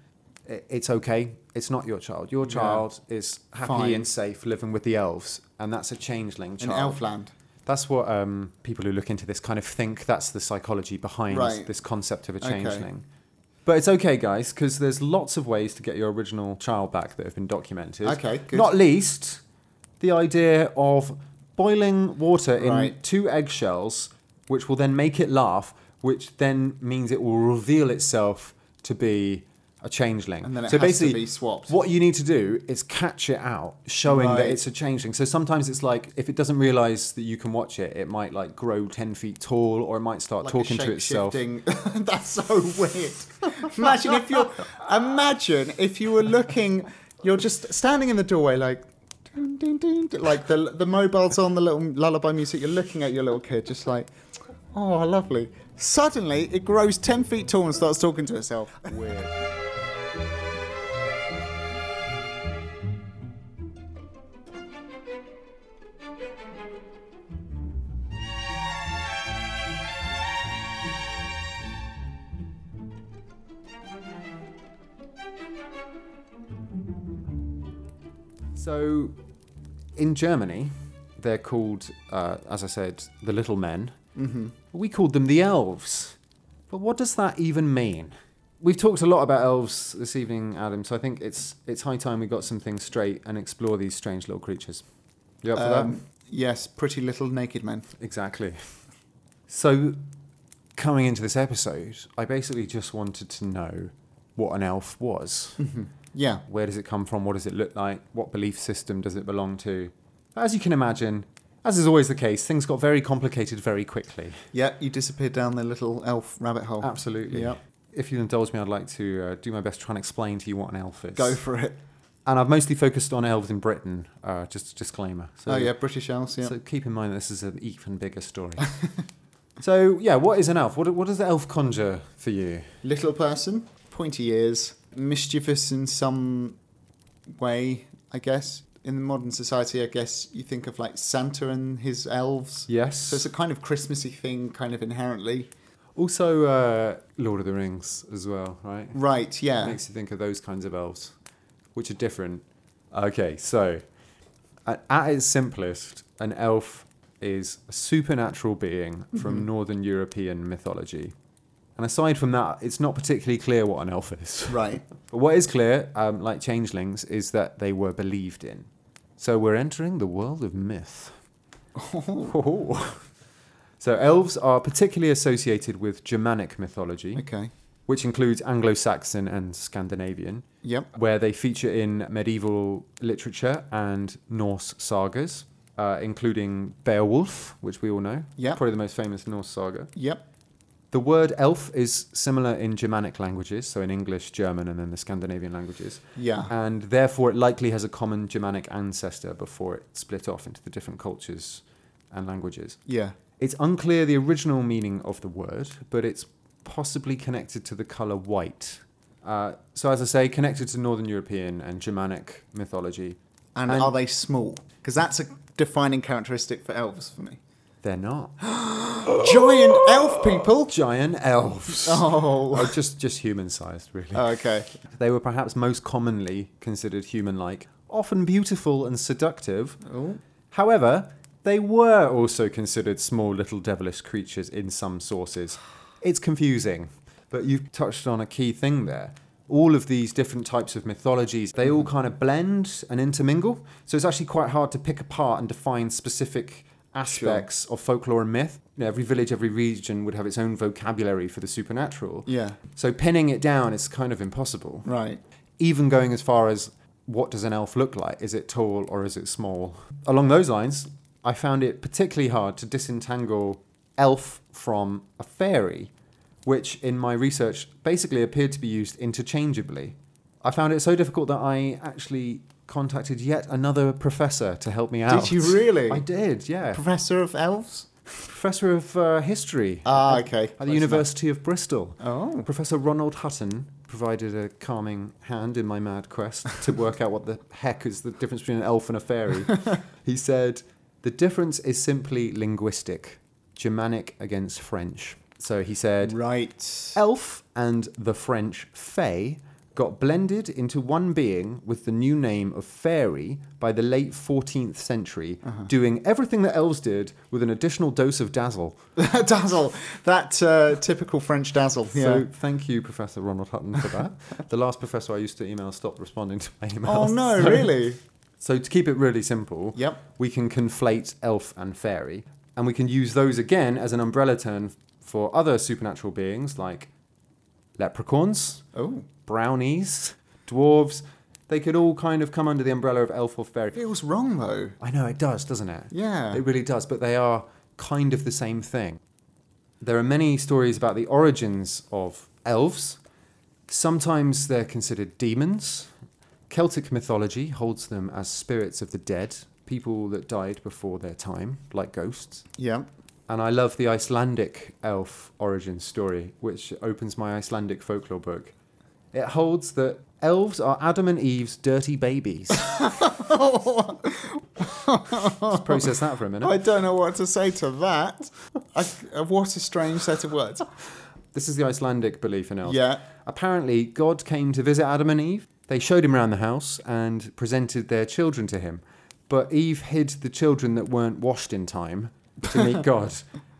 [SPEAKER 2] I- It's okay. It's not your child. Your
[SPEAKER 1] Yeah.
[SPEAKER 2] child is happy
[SPEAKER 1] Fine.
[SPEAKER 2] and safe living with the elves, and that's a changeling
[SPEAKER 1] In
[SPEAKER 2] child.
[SPEAKER 1] Elfland.
[SPEAKER 2] That's what um, people who look into this kind of think. That's the psychology behind
[SPEAKER 1] Right.
[SPEAKER 2] this concept of a
[SPEAKER 1] Okay.
[SPEAKER 2] changeling. But it's okay, guys, because there's lots of ways to get your original child back that have been documented.
[SPEAKER 1] Okay, good.
[SPEAKER 2] Not least, the idea of boiling water in
[SPEAKER 1] Right.
[SPEAKER 2] two eggshells, which will then make it laugh, which then means it will reveal itself to be a changeling.
[SPEAKER 1] And then it
[SPEAKER 2] so
[SPEAKER 1] has to
[SPEAKER 2] basically,
[SPEAKER 1] be swapped.
[SPEAKER 2] What you need to do is catch it out, showing that
[SPEAKER 1] Right.
[SPEAKER 2] it's a changeling. So sometimes it's like if it doesn't realize that you can watch it, it might like grow ten feet tall, or it might start
[SPEAKER 1] Like a
[SPEAKER 2] talking to itself.
[SPEAKER 1] shape-shifting- That's so weird. imagine if you're imagine if you were looking you're just standing in the doorway like ding, ding, ding, ding, like the the mobile's on the little lullaby music, you're looking at your little kid just like oh lovely. Suddenly it grows ten feet tall and starts talking to itself. Weird.
[SPEAKER 2] So, in Germany, they're called, uh, as I said, the Little Men. Mm-hmm. We called them the Elves. But what does that even mean? We've talked a lot about elves this evening, Adam. So I think it's it's high time we got some things straight and explore these strange little creatures. You up for that?
[SPEAKER 1] Um, yes, pretty little naked men.
[SPEAKER 2] Exactly. So, coming into this episode, I basically just wanted to know what an elf was.
[SPEAKER 1] Hmm. Yeah.
[SPEAKER 2] Where does it come from? What does it look like? What belief system does it belong to? As you can imagine, as is always the case, things got very complicated very quickly.
[SPEAKER 1] Yeah, you disappeared down the little elf rabbit hole.
[SPEAKER 2] Absolutely.
[SPEAKER 1] Yep.
[SPEAKER 2] If you'll indulge me, I'd like to uh, do my best to try and explain to you what an elf is.
[SPEAKER 1] Go for it.
[SPEAKER 2] and I've mostly focused on elves in Britain, uh, just a disclaimer. So
[SPEAKER 1] oh yeah, British elves, yeah.
[SPEAKER 2] So keep in mind this is an even bigger story. so yeah, what is an elf? What, what does the elf conjure for you?
[SPEAKER 1] Little person, pointy ears, mischievous in some way, I guess. In the modern society, I guess you think of like Santa and his elves.
[SPEAKER 2] Yes.
[SPEAKER 1] So it's a kind of Christmassy thing, kind of inherently.
[SPEAKER 2] also uh, Lord of the Rings as well, right?
[SPEAKER 1] Right, yeah.
[SPEAKER 2] Makes you think of those kinds of elves, which are different. Okay, so at, at its simplest, an elf is a supernatural being
[SPEAKER 1] Mm-hmm.
[SPEAKER 2] from northern European mythology. And aside from that, it's not particularly clear what an elf is.
[SPEAKER 1] Right.
[SPEAKER 2] But what is clear, um, like changelings, is that they were believed in. So we're entering the world of myth.
[SPEAKER 1] Oh.
[SPEAKER 2] so elves are particularly associated with Germanic mythology,
[SPEAKER 1] Okay.
[SPEAKER 2] which includes Anglo Saxon and Scandinavian,
[SPEAKER 1] Yep.
[SPEAKER 2] where they feature in medieval literature and Norse sagas, uh, including Beowulf, which we all know,
[SPEAKER 1] Yeah.
[SPEAKER 2] probably the most famous Norse saga.
[SPEAKER 1] Yep.
[SPEAKER 2] The word elf is similar in Germanic languages, so in English, German, and then the Scandinavian languages
[SPEAKER 1] Yeah.
[SPEAKER 2] and therefore it likely has a common Germanic ancestor before it split off into the different cultures and languages.
[SPEAKER 1] Yeah.
[SPEAKER 2] It's unclear the original meaning of the word, but it's possibly connected to the colour white. Uh, so, as I say, connected to Northern European and Germanic mythology.
[SPEAKER 1] And,
[SPEAKER 2] And-
[SPEAKER 1] are they small? Because that's a defining characteristic for elves for me.
[SPEAKER 2] They're not
[SPEAKER 1] Giant elf people.
[SPEAKER 2] giant elves.
[SPEAKER 1] Oh.
[SPEAKER 2] Or just just human sized, really.
[SPEAKER 1] Okay.
[SPEAKER 2] They were perhaps most commonly considered human like, often beautiful and seductive. However, they were also considered small little devilish creatures in some sources. It's confusing, but you've touched on a key thing there. All of these different types of mythologies, they all kind of blend and intermingle. So it's actually quite hard to pick apart and define specific aspects of folklore and myth. You know, every village, every region would have its own vocabulary for the supernatural.
[SPEAKER 1] Yeah.
[SPEAKER 2] So pinning it down is kind of impossible.
[SPEAKER 1] Right.
[SPEAKER 2] Even going as far as what does an elf look like? Is it tall or is it small? Along those lines, I found it particularly hard to disentangle elf from a fairy, which in my research basically appeared to be used interchangeably. I found it so difficult that I actually contacted yet another professor to help me out.
[SPEAKER 1] you really?
[SPEAKER 2] I did, yeah.
[SPEAKER 1] Professor of elves?
[SPEAKER 2] professor of uh, history
[SPEAKER 1] Ah, okay.
[SPEAKER 2] at the University of Bristol.
[SPEAKER 1] Oh.
[SPEAKER 2] Professor Ronald Hutton provided a calming hand in my mad quest to work out what the heck is the difference between an elf and a fairy. he said, The difference is simply linguistic Germanic against French. So he said,
[SPEAKER 1] Right.
[SPEAKER 2] Elf and the French fay got blended into one being with the new name of fairy by the late 14th century, doing everything that elves did with an additional dose of dazzle.
[SPEAKER 1] dazzle. That uh, typical French dazzle. Yeah.
[SPEAKER 2] So thank you, Professor Ronald Hutton, for that. the last professor I used to email stopped responding to my
[SPEAKER 1] oh
[SPEAKER 2] emails.
[SPEAKER 1] no,
[SPEAKER 2] so-
[SPEAKER 1] really?
[SPEAKER 2] So to keep it really simple,
[SPEAKER 1] Yep.
[SPEAKER 2] we can conflate elf and fairy, and we can use those again as an umbrella term for other supernatural beings like leprechauns,
[SPEAKER 1] Oh,
[SPEAKER 2] brownies, dwarves. They could all kind of come under the umbrella of elf or fairy.
[SPEAKER 1] feels wrong though.
[SPEAKER 2] I know it does, doesn't it?
[SPEAKER 1] Yeah.
[SPEAKER 2] It really does, but they are kind of the same thing. There are many stories about the origins of elves. Sometimes they're considered demons. Celtic mythology holds them as spirits of the dead, people that died before their time, like ghosts.
[SPEAKER 1] Yeah.
[SPEAKER 2] And I love the Icelandic elf origin story, which opens my Icelandic folklore book. It holds that elves are Adam and Eve's dirty babies. Just process that for a minute.
[SPEAKER 1] I don't know what to say to that. I, uh, what a strange set of words.
[SPEAKER 2] This is the Icelandic belief in elves.
[SPEAKER 1] Yeah.
[SPEAKER 2] Apparently, God came to visit Adam and Eve. They showed him around the house and presented their children to him. But Eve hid the children that weren't washed in time to meet God.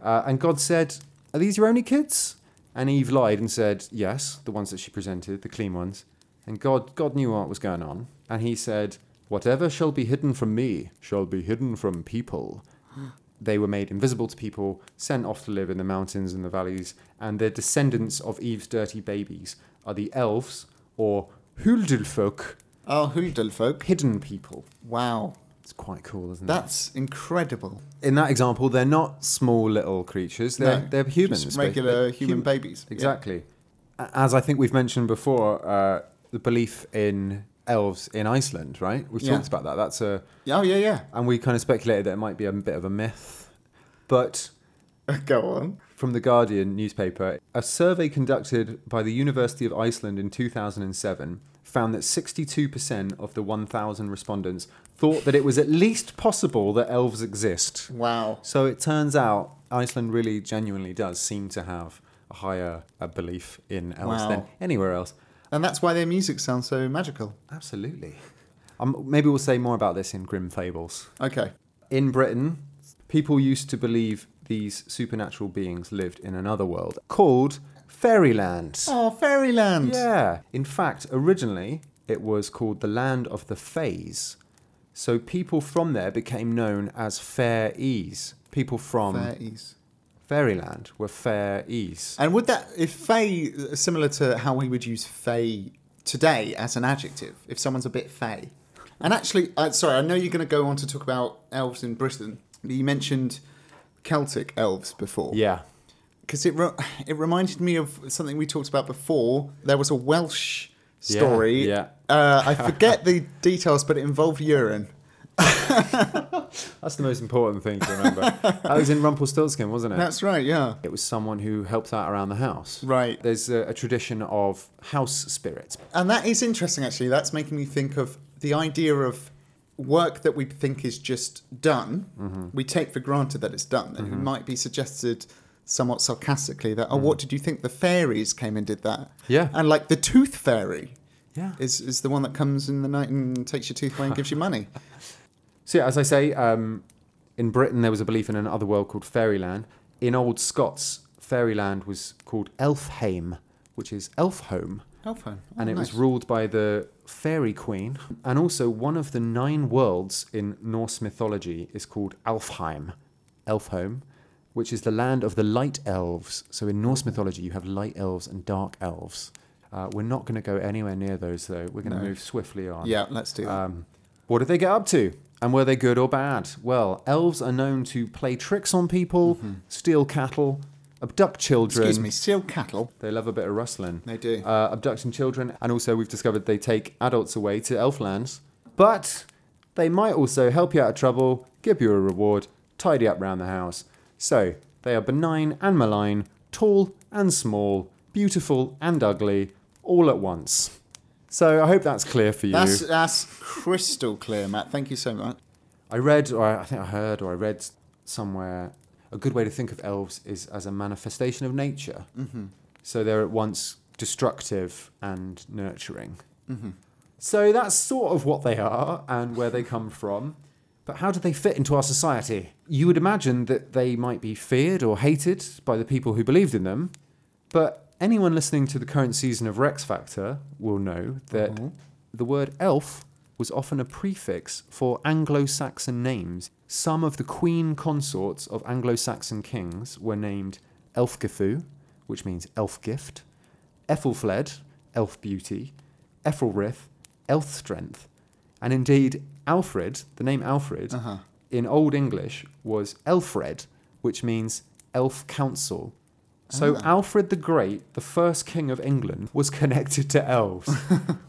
[SPEAKER 2] Uh, and God said, Are these your only kids? And Eve lied and said, Yes, the ones that she presented, the clean ones. And God, God knew what was going on. And he said, Whatever shall be hidden from me shall be hidden from people they were made invisible to people, sent off to live in the mountains and the valleys, and the descendants of Eve's dirty babies are the elves, or Huldulfolk,
[SPEAKER 1] Oh, Hudelfolk.
[SPEAKER 2] hidden people.
[SPEAKER 1] Wow.
[SPEAKER 2] It's quite cool,
[SPEAKER 1] Hmm.
[SPEAKER 2] isn't
[SPEAKER 1] That's incredible.
[SPEAKER 2] it? In that example, they're not small little creatures, they're,
[SPEAKER 1] No,
[SPEAKER 2] they're humans.
[SPEAKER 1] Just
[SPEAKER 2] but-
[SPEAKER 1] regular
[SPEAKER 2] but
[SPEAKER 1] human
[SPEAKER 2] hum-
[SPEAKER 1] babies. Yeah.
[SPEAKER 2] Exactly. A- As I think we've mentioned before, uh, the belief in elves in Iceland, right? We've
[SPEAKER 1] Yeah.
[SPEAKER 2] talked about that. That's a,
[SPEAKER 1] Oh, yeah, yeah.
[SPEAKER 2] and we kind of speculated that it might be a bit of a myth, but
[SPEAKER 1] Go on.
[SPEAKER 2] from the Guardian newspaper, a survey conducted by the University of Iceland in 2007 found that 62% of the 1,000 respondents thought that it was at least possible that elves exist.
[SPEAKER 1] Wow.
[SPEAKER 2] So it turns out Iceland really genuinely does seem to have a higher uh belief in elves
[SPEAKER 1] Wow.
[SPEAKER 2] than anywhere else.
[SPEAKER 1] And that's why their music sounds so magical.
[SPEAKER 2] Absolutely. Um, maybe we'll say more about this in Grim Fables.
[SPEAKER 1] Okay.
[SPEAKER 2] In Britain, people used to believe these supernatural beings lived in another world called Fairyland.
[SPEAKER 1] Oh, Fairyland.
[SPEAKER 2] Yeah. In fact, originally it was called the Land of the Fays. So people from there became known as Fairies. People from
[SPEAKER 1] Fairies.
[SPEAKER 2] Fairyland were Fairies.
[SPEAKER 1] And would that, if Fae, similar to how we would use Fae today as an adjective, if someone's a bit Fae. And actually, uh, sorry, I know you're going to go on to talk about elves in Britain. You mentioned Celtic elves before.
[SPEAKER 2] Yeah.
[SPEAKER 1] Because it, re- it reminded me of something we talked about before. There was a Welsh story.
[SPEAKER 2] yeah.
[SPEAKER 1] Uh, I forget the details, but it involved urine.
[SPEAKER 2] That's the most important thing to remember. that was in Rumpelstiltskin, wasn't it?
[SPEAKER 1] That's right, yeah.
[SPEAKER 2] it was someone who helped out around the house.
[SPEAKER 1] Right.
[SPEAKER 2] There's a, a tradition of house spirits.
[SPEAKER 1] And that is interesting, actually. That's making me think of the idea of work that we think is just done.
[SPEAKER 2] Mm-hmm.
[SPEAKER 1] We take for granted that it's done. And it might be suggested somewhat sarcastically that, oh, what did you think? The fairies came and did that.
[SPEAKER 2] Mm. Yeah.
[SPEAKER 1] And like the tooth fairy
[SPEAKER 2] Yeah.
[SPEAKER 1] is, is the one that comes in the night and takes your tooth away and gives you money.
[SPEAKER 2] So yeah, as I say, um, in Britain there was a belief in another world called Fairyland. In Old Scots, Fairyland was called Elfhame, which is elf home,
[SPEAKER 1] Helpful.
[SPEAKER 2] and it was ruled by the fairy queen. And also, one of the nine worlds in Norse mythology is called Alfheim, Elfhome, which is the land of the light elves. So in Norse mythology, you have light elves and dark elves. Uh, we're not going to go anywhere near those, though. We're going to
[SPEAKER 1] No.
[SPEAKER 2] move swiftly on.
[SPEAKER 1] Yeah, let's do that.
[SPEAKER 2] Um, what did they get up to? And were they good or bad? Well, elves are known to play tricks on people, steal cattle, abduct children.
[SPEAKER 1] Mm-hmm. Excuse me, steal cattle.
[SPEAKER 2] They love a bit of rustling.
[SPEAKER 1] They do.
[SPEAKER 2] Uh, abducting children. And also, we've discovered they take adults away to elf lands. But they might also help you out of trouble, give you a reward, tidy up round the house. So, they are benign and malign, tall and small, beautiful and ugly, all at once. So, I hope that's clear for you.
[SPEAKER 1] That's, that's crystal clear, Matt. Thank you so much.
[SPEAKER 2] I read, or I think I heard, or I read somewhere, a good way to think of elves is as a manifestation of nature. Mm-hmm. So they're at once destructive and nurturing. So that's sort of what they are and where they come from. But how do they fit into our society? You would imagine that they might be feared or hated by the people who believed in them. But anyone listening to the current season of Rex Factor will know that the word elf was often a prefix for Anglo Saxon names. Some of the queen consorts of Anglo Saxon kings were named Elfgethu, which means elf gift, Ethelfled, elf beauty, Ethelrith, elf strength, and indeed Alfred, the name Alfred,
[SPEAKER 1] Uh-huh.
[SPEAKER 2] in Old English was Elfred, which means elf council. So
[SPEAKER 1] Ah.
[SPEAKER 2] Alfred the Great, the first king of England, was connected to elves,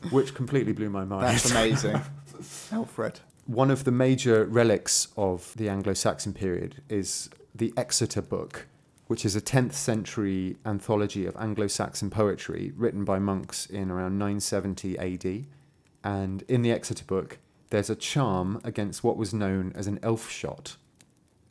[SPEAKER 2] which completely blew my mind.
[SPEAKER 1] That's amazing. Alfred.
[SPEAKER 2] One of the major relics of the Anglo Saxon period is the Exeter Book, which is a 10th century anthology of Anglo Saxon poetry written by monks in around 970 AD. And in the Exeter Book, there's a charm against what was known as an elf shot.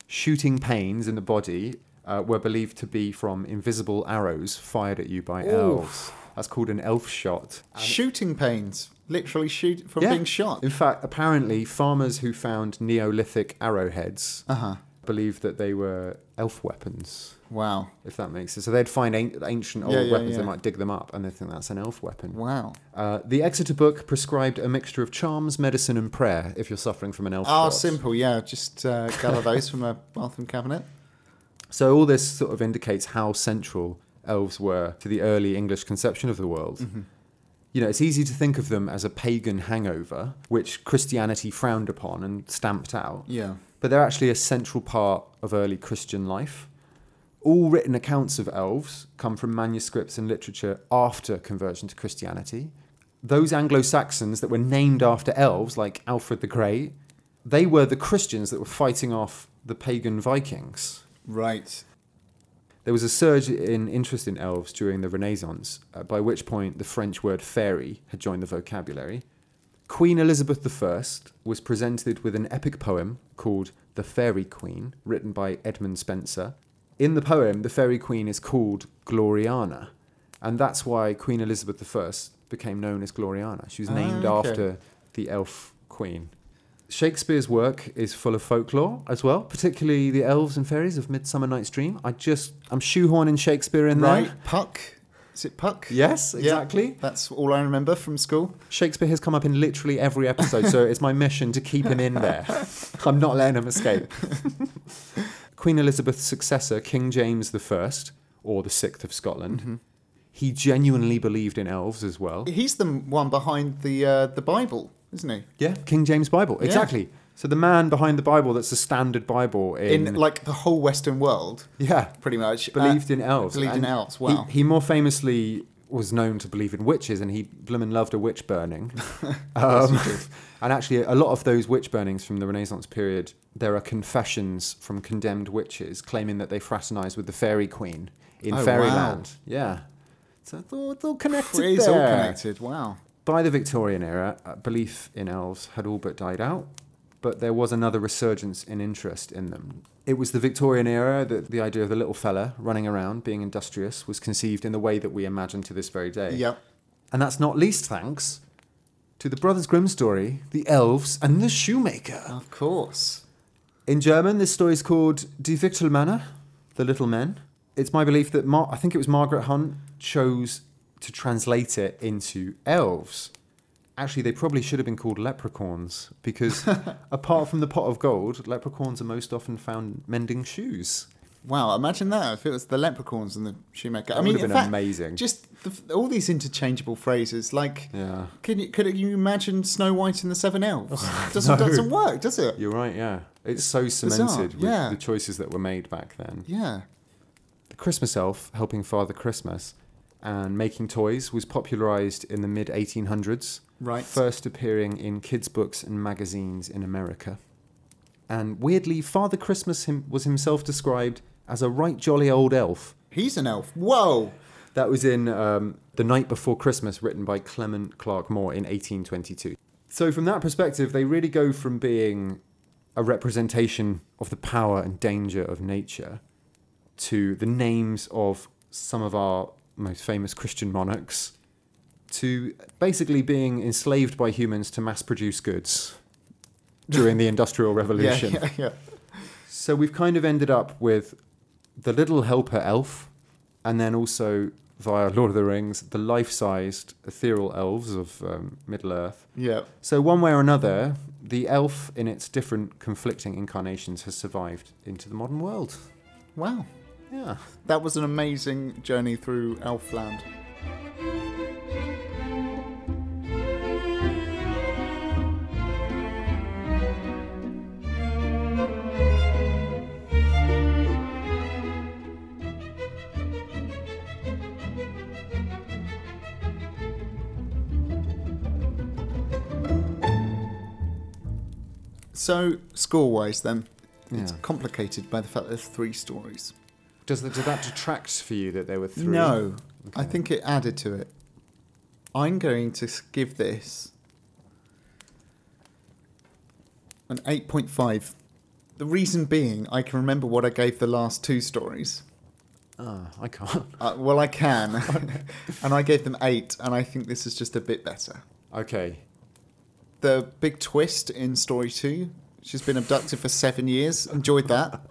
[SPEAKER 2] Shooting pains in the body uh, were believed to be from invisible arrows fired at you by
[SPEAKER 1] Oof.
[SPEAKER 2] elves. That's called an elf shot.
[SPEAKER 1] Shooting pains. Literally shoot
[SPEAKER 2] Um,
[SPEAKER 1] from
[SPEAKER 2] Yeah.
[SPEAKER 1] being shot.
[SPEAKER 2] In fact, apparently, farmers who found Neolithic arrowheads
[SPEAKER 1] Uh huh.
[SPEAKER 2] believed that they were elf weapons,
[SPEAKER 1] Wow.
[SPEAKER 2] if that makes sense. So they'd find an- ancient old
[SPEAKER 1] Yeah, yeah,
[SPEAKER 2] weapons,
[SPEAKER 1] yeah.
[SPEAKER 2] they might dig them up, and they think that's an elf weapon.
[SPEAKER 1] Wow.
[SPEAKER 2] Uh, the Exeter book prescribed a mixture of charms, medicine, and prayer if you're suffering from an elf.
[SPEAKER 1] Ah,
[SPEAKER 2] shot.
[SPEAKER 1] simple. Yeah, just uh, gather those from a bathroom cabinet.
[SPEAKER 2] So all this sort of indicates how central elves were to the early English conception of the world.
[SPEAKER 1] Mm-hmm.
[SPEAKER 2] You know, it's easy to think of them as a pagan hangover, which Christianity frowned upon and stamped out.
[SPEAKER 1] Yeah.
[SPEAKER 2] but they're actually a central part of early Christian life. All written accounts of elves come from manuscripts and literature after conversion to Christianity. Those Anglo Saxons that were named after elves, like Alfred the Great, they were the Christians that were fighting off the pagan Vikings.
[SPEAKER 1] Right.
[SPEAKER 2] There was a surge in interest in elves during the Renaissance, uh, by which point the French word fairy had joined the vocabulary. Queen Elizabeth I was presented with an epic poem called The Fairy Queen, written by Edmund Spenser. In the poem, the Fairy Queen is called Gloriana, and that's why Queen Elizabeth I became known as Gloriana. She was
[SPEAKER 1] Ah,
[SPEAKER 2] named
[SPEAKER 1] okay.
[SPEAKER 2] after the elf queen. Shakespeare's work is full of folklore as well, particularly the elves and fairies of Midsummer Night's Dream. I just, I'm shoehorning Shakespeare in
[SPEAKER 1] right.
[SPEAKER 2] there.
[SPEAKER 1] Puck. Is it Puck?
[SPEAKER 2] Yes,
[SPEAKER 1] Yeah.
[SPEAKER 2] exactly.
[SPEAKER 1] That's all I remember from school.
[SPEAKER 2] Shakespeare has come up in literally every episode, so it's my mission to keep him in there. I'm not letting him escape. Queen Elizabeth's successor, King James I, or the Sixth of Scotland,
[SPEAKER 1] Mm-hmm.
[SPEAKER 2] he genuinely believed in elves as well.
[SPEAKER 1] He's the one behind the uh, the Bible, isn't he?
[SPEAKER 2] Yeah, King James Bible,
[SPEAKER 1] Yeah.
[SPEAKER 2] exactly. So the man behind the Bible that's the standard Bible in,
[SPEAKER 1] In, like the whole Western world,
[SPEAKER 2] yeah,
[SPEAKER 1] pretty much.
[SPEAKER 2] believed
[SPEAKER 1] Uh,
[SPEAKER 2] in elves.
[SPEAKER 1] Believed in
[SPEAKER 2] And
[SPEAKER 1] elves.
[SPEAKER 2] he-
[SPEAKER 1] Wow.
[SPEAKER 2] He, more famously was known to believe in witches, and he blimmin loved a witch burning. um, and actually, a lot of those witch burnings from the Renaissance period, there are confessions from condemned witches claiming that they fraternised with the fairy queen in
[SPEAKER 1] Oh, wow.
[SPEAKER 2] fairyland. Yeah. So it's all, it's all connected
[SPEAKER 1] It's all
[SPEAKER 2] there.
[SPEAKER 1] connected. Wow.
[SPEAKER 2] By the Victorian era, uh, belief in elves had all but died out, but there was another resurgence in interest in them. It was the Victorian era that the idea of the little fella running around being industrious was conceived in the way that we imagine to this very day.
[SPEAKER 1] Yep.
[SPEAKER 2] And that's not least thanks to the Brothers Grimm story, the elves, and the shoemaker.
[SPEAKER 1] Of course.
[SPEAKER 2] In German, this story is called Die Wichtelmänner, The Little Men. It's my belief that Mar- I think it was Margaret Hunt chose to translate it into elves. Actually, they probably should have been called leprechauns because, apart from the pot of gold, leprechauns are most often found mending shoes.
[SPEAKER 1] Wow, imagine that if it was the leprechauns and the shoemaker. I
[SPEAKER 2] That
[SPEAKER 1] mean,
[SPEAKER 2] would have
[SPEAKER 1] in
[SPEAKER 2] been
[SPEAKER 1] fact,
[SPEAKER 2] amazing.
[SPEAKER 1] Just the, all these interchangeable phrases, like
[SPEAKER 2] Yeah,
[SPEAKER 1] Can you, could you imagine Snow White and the Seven Elves? doesn't,
[SPEAKER 2] no.
[SPEAKER 1] doesn't work, does it?
[SPEAKER 2] you're right. Yeah, it's so
[SPEAKER 1] bizarre,
[SPEAKER 2] cemented with
[SPEAKER 1] yeah.
[SPEAKER 2] the choices that were made back then.
[SPEAKER 1] Yeah.
[SPEAKER 2] The Christmas elf helping Father Christmas and making toys was popularized in the mid 1800s.
[SPEAKER 1] Right.
[SPEAKER 2] First appearing in kids' books and magazines in America. And weirdly, Father Christmas him- was himself described as a right jolly old elf.
[SPEAKER 1] He's an elf. Whoa.
[SPEAKER 2] That was in um, The Night Before Christmas, written by Clement Clark Moore in 1822. So, from that perspective, they really go from being a representation of the power and danger of nature to the names of some of our most famous Christian monarchs, to basically being enslaved by humans to mass produce goods during the Industrial
[SPEAKER 1] Yeah,
[SPEAKER 2] Revolution.
[SPEAKER 1] yeah, yeah.
[SPEAKER 2] So we've kind of ended up with the little helper elf, and then also via Lord of the Rings, the life sized ethereal elves of um, Middle Earth.
[SPEAKER 1] Yeah.
[SPEAKER 2] So, one way or another, the elf in its different conflicting incarnations has survived into the modern world.
[SPEAKER 1] Wow.
[SPEAKER 2] Yeah.
[SPEAKER 1] That was an amazing journey through Elfland. So, score wise, then, it's
[SPEAKER 2] Yeah.
[SPEAKER 1] complicated by the fact that there's three stories.
[SPEAKER 2] Does that, did that detract for you that there were three?
[SPEAKER 1] No, I
[SPEAKER 2] Okay.
[SPEAKER 1] think it added to it. I'm going to give this an 8.5. The reason being, I can remember what I gave the last two stories.
[SPEAKER 2] Ah, I can't.
[SPEAKER 1] Uh, well, I can. and I gave them 8, and I think this is just a bit better.
[SPEAKER 2] Okay.
[SPEAKER 1] The big twist in story 2 she's been abducted for seven years. Enjoyed that.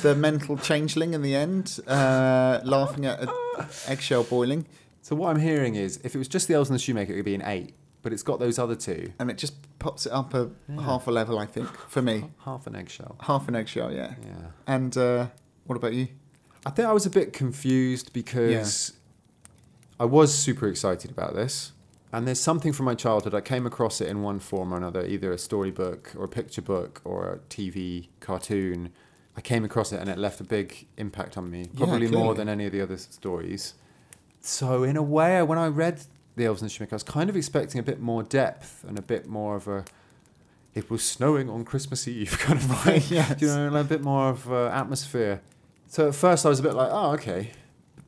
[SPEAKER 1] The mental changeling in the end, uh, laughing at a eggshell boiling.
[SPEAKER 2] So, what I'm hearing is if it was just the elves and the shoemaker, it would be an eight, but it's got those other two.
[SPEAKER 1] and it just pops it up a half a level, I think, for me.
[SPEAKER 2] Half an eggshell.
[SPEAKER 1] Half an eggshell, yeah.
[SPEAKER 2] Yeah.
[SPEAKER 1] And uh, what about you?
[SPEAKER 2] I think I was a bit confused because I was super excited about this. And there's something from my childhood. I came across it in one form or another, either a storybook or a picture book or a TV cartoon. I came across it and it left a big impact on me,
[SPEAKER 1] Yeah,
[SPEAKER 2] probably more
[SPEAKER 1] clearly.
[SPEAKER 2] than any of the other s- stories. So, in a way, when I read The Elves and the Shoemaker, I was kind of expecting a bit more depth and a bit more of a it was snowing on Christmas Eve kind of vibe
[SPEAKER 1] Yes.
[SPEAKER 2] do you know, like a bit more of uh, atmosphere. So at first I was a bit like, oh, okay.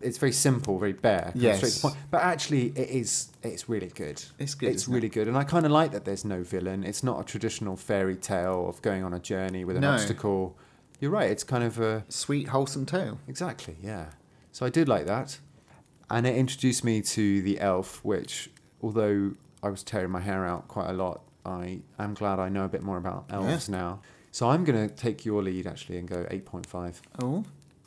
[SPEAKER 2] It's very simple, very bare, kind of straight
[SPEAKER 1] Yes.
[SPEAKER 2] to the point. But actually, it is. It's really good.
[SPEAKER 1] It's good,
[SPEAKER 2] It's
[SPEAKER 1] isn't it?
[SPEAKER 2] really good, and I kind of like that. There's no villain. It's not a traditional fairy tale of going on a journey with an
[SPEAKER 1] No.
[SPEAKER 2] obstacle. You're right. It's kind of a
[SPEAKER 1] Sweet, wholesome tale.
[SPEAKER 2] Exactly, yeah. So I did like that. And it introduced me to the elf, which, although I was tearing my hair out quite a lot, I am glad I know a bit more about elves now. So I'm going to take your lead actually and go 8.5.
[SPEAKER 1] Oh,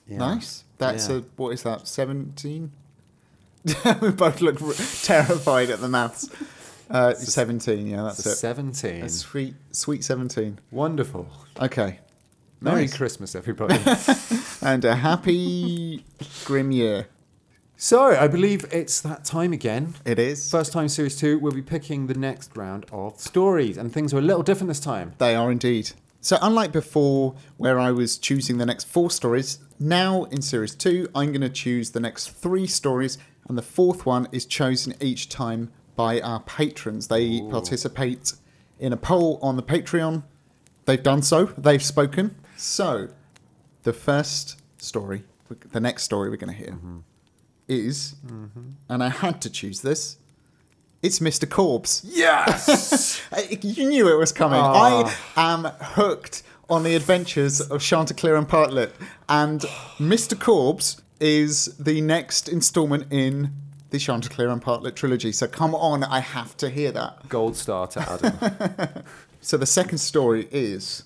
[SPEAKER 2] Yeah.
[SPEAKER 1] nice. That's
[SPEAKER 2] Yeah.
[SPEAKER 1] a, what is that, 17? we both look r- terrified at the maths. Uh, 17, yeah,
[SPEAKER 2] That's
[SPEAKER 1] that's it.
[SPEAKER 2] 17.
[SPEAKER 1] A sweet, sweet 17.
[SPEAKER 2] Wonderful.
[SPEAKER 1] Okay.
[SPEAKER 2] Merry
[SPEAKER 1] Nice.
[SPEAKER 2] Christmas, everybody.
[SPEAKER 1] And a happy, grim year.
[SPEAKER 2] so I believe it's that time again.
[SPEAKER 1] It is.
[SPEAKER 2] First time series two, we'll be picking the next round of stories, and things are a little different this time.
[SPEAKER 1] They are indeed. So, unlike before, where I was choosing the next four stories, now in series two, I'm going to choose the next three stories, and the fourth one is chosen each time by our patrons. They participate in a poll on the Patreon. They've done so, they've spoken. So, the first story, the next story we're going to hear is, and I had to choose this, it's Mr. Corbs.
[SPEAKER 2] Yes!
[SPEAKER 1] I- Uh, You knew it was coming.
[SPEAKER 2] Ah.
[SPEAKER 1] I am hooked on the adventures of Chanticleer and Partlet. And Mr. Corbs is the next installment in the Chanticleer and Partlet trilogy. So come on, I have to hear that.
[SPEAKER 2] Gold star to Adam.
[SPEAKER 1] So the second story is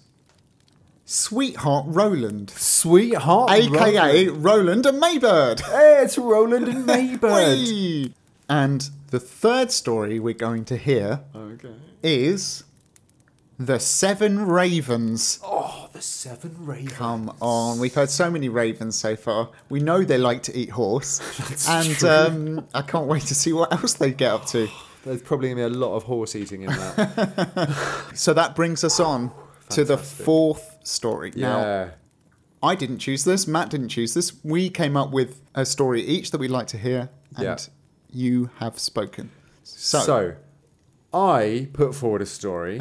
[SPEAKER 1] Sweetheart Roland,
[SPEAKER 2] Sweetheart.
[SPEAKER 1] aka Roland and Maybird.
[SPEAKER 2] Hey, it's Roland and Maybird.
[SPEAKER 1] Whee! And the third story we're going to hear
[SPEAKER 2] okay.
[SPEAKER 1] is The Seven Ravens.
[SPEAKER 2] Oh, the Seven Ravens.
[SPEAKER 1] Come on, we've heard so many ravens so far. We know they like to eat horse,
[SPEAKER 2] That's
[SPEAKER 1] and
[SPEAKER 2] true.
[SPEAKER 1] Um, I can't wait to see what else they get up to.
[SPEAKER 2] There's probably going to be a lot of horse eating in that.
[SPEAKER 1] So that brings us on to the
[SPEAKER 2] Fantastic.
[SPEAKER 1] fourth story. Now,
[SPEAKER 2] yeah.
[SPEAKER 1] I didn't choose this. Matt didn't choose this. We came up with a story each that we'd like to hear, and
[SPEAKER 2] Yeah.
[SPEAKER 1] you have spoken. So,
[SPEAKER 2] So. I put forward a story.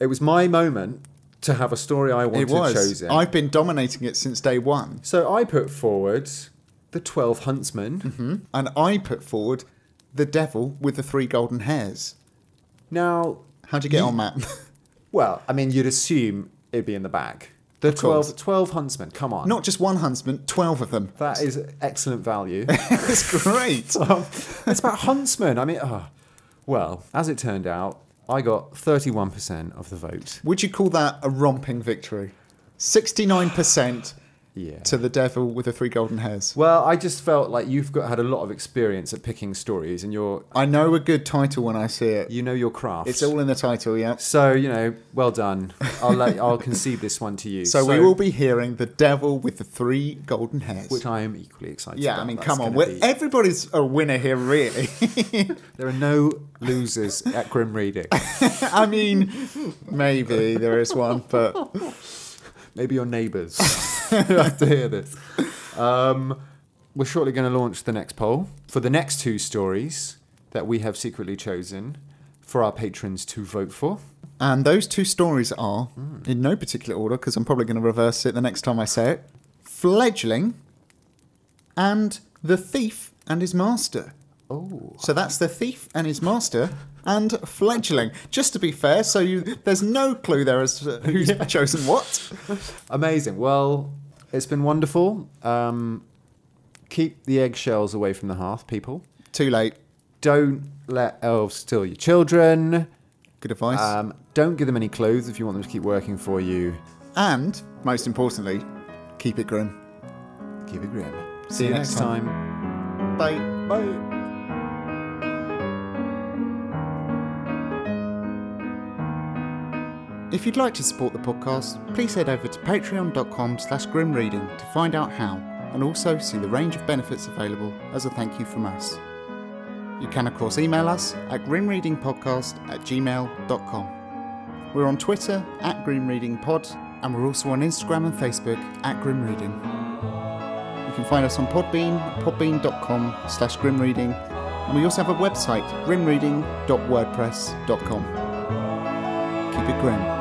[SPEAKER 2] it was my moment to have a story I wanted
[SPEAKER 1] it was.
[SPEAKER 2] chosen.
[SPEAKER 1] I've been dominating it since day one,
[SPEAKER 2] So I put forward the Twelve Huntsmen.
[SPEAKER 1] and I put forward the devil with the three golden hairs.
[SPEAKER 2] Now,
[SPEAKER 1] How'd you get on, Matt?
[SPEAKER 2] well, I mean, you'd assume it'd be in the bag. The
[SPEAKER 1] Of course.
[SPEAKER 2] 12, 12 huntsmen. Come on.
[SPEAKER 1] Not just one huntsman, 12 of them.
[SPEAKER 2] That is excellent value.
[SPEAKER 1] That's great.
[SPEAKER 2] Um, it's about huntsmen. I mean, oh. well, as it turned out, I got 31% of the vote.
[SPEAKER 1] Would you call that a romping victory? 69%
[SPEAKER 2] Yeah.
[SPEAKER 1] to the devil with the three golden hairs.
[SPEAKER 2] well, I just felt like you've got, had a lot of experience at picking stories and you're,
[SPEAKER 1] I know a good title when I see it.
[SPEAKER 2] you know your craft.
[SPEAKER 1] It's all in the title, yeah.
[SPEAKER 2] so, you know, well done. I'll, let, I'll concede this one to you.
[SPEAKER 1] So, we will be hearing the devil with the three golden hairs.
[SPEAKER 2] Which I am equally excited
[SPEAKER 1] yeah,
[SPEAKER 2] about.
[SPEAKER 1] I mean,
[SPEAKER 2] That's
[SPEAKER 1] come on.
[SPEAKER 2] gonna
[SPEAKER 1] We're, eh
[SPEAKER 2] be-
[SPEAKER 1] everybody's a winner here, really.
[SPEAKER 2] there are no losers at Grim Reading.
[SPEAKER 1] I mean, maybe there is one, but
[SPEAKER 2] Maybe your neighbours who have to hear this. Um, we're shortly going to launch the next poll for the next two stories that we have secretly chosen for our patrons to vote for.
[SPEAKER 1] And those two stories are, in no particular order, because I'm probably going to reverse it the next time I say it Fledgling and The Thief and His Master.
[SPEAKER 2] Oh,
[SPEAKER 1] So that's The Thief and His Master and Fledgling. Just to be fair, so you, there's no clue there as to who's chosen what.
[SPEAKER 2] amazing! Well, it's been wonderful. Um, keep the eggshells away from the hearth, people.
[SPEAKER 1] Too late.
[SPEAKER 2] Don't let elves steal your children.
[SPEAKER 1] Good advice.
[SPEAKER 2] Um, don't give them any clothes if you want them to keep working for you.
[SPEAKER 1] and, most importantly, keep it grim.
[SPEAKER 2] Keep it grim. See,
[SPEAKER 1] you next time. Bye.
[SPEAKER 2] time. Bye.
[SPEAKER 1] If you'd like to support the podcast, please head over to patreon.com slash grimreading to find out how, and also see the range of benefits available as a thank you from us. You can of course email us at grimreadingpodcast at gmail.com. We're on Twitter at grimreadingpod, and we're also on Instagram and Facebook at grimreading. You can find us on Podbean, podbean.com slash grimreading, and we also have a website, grimreading.wordpress.com. Keep it grim.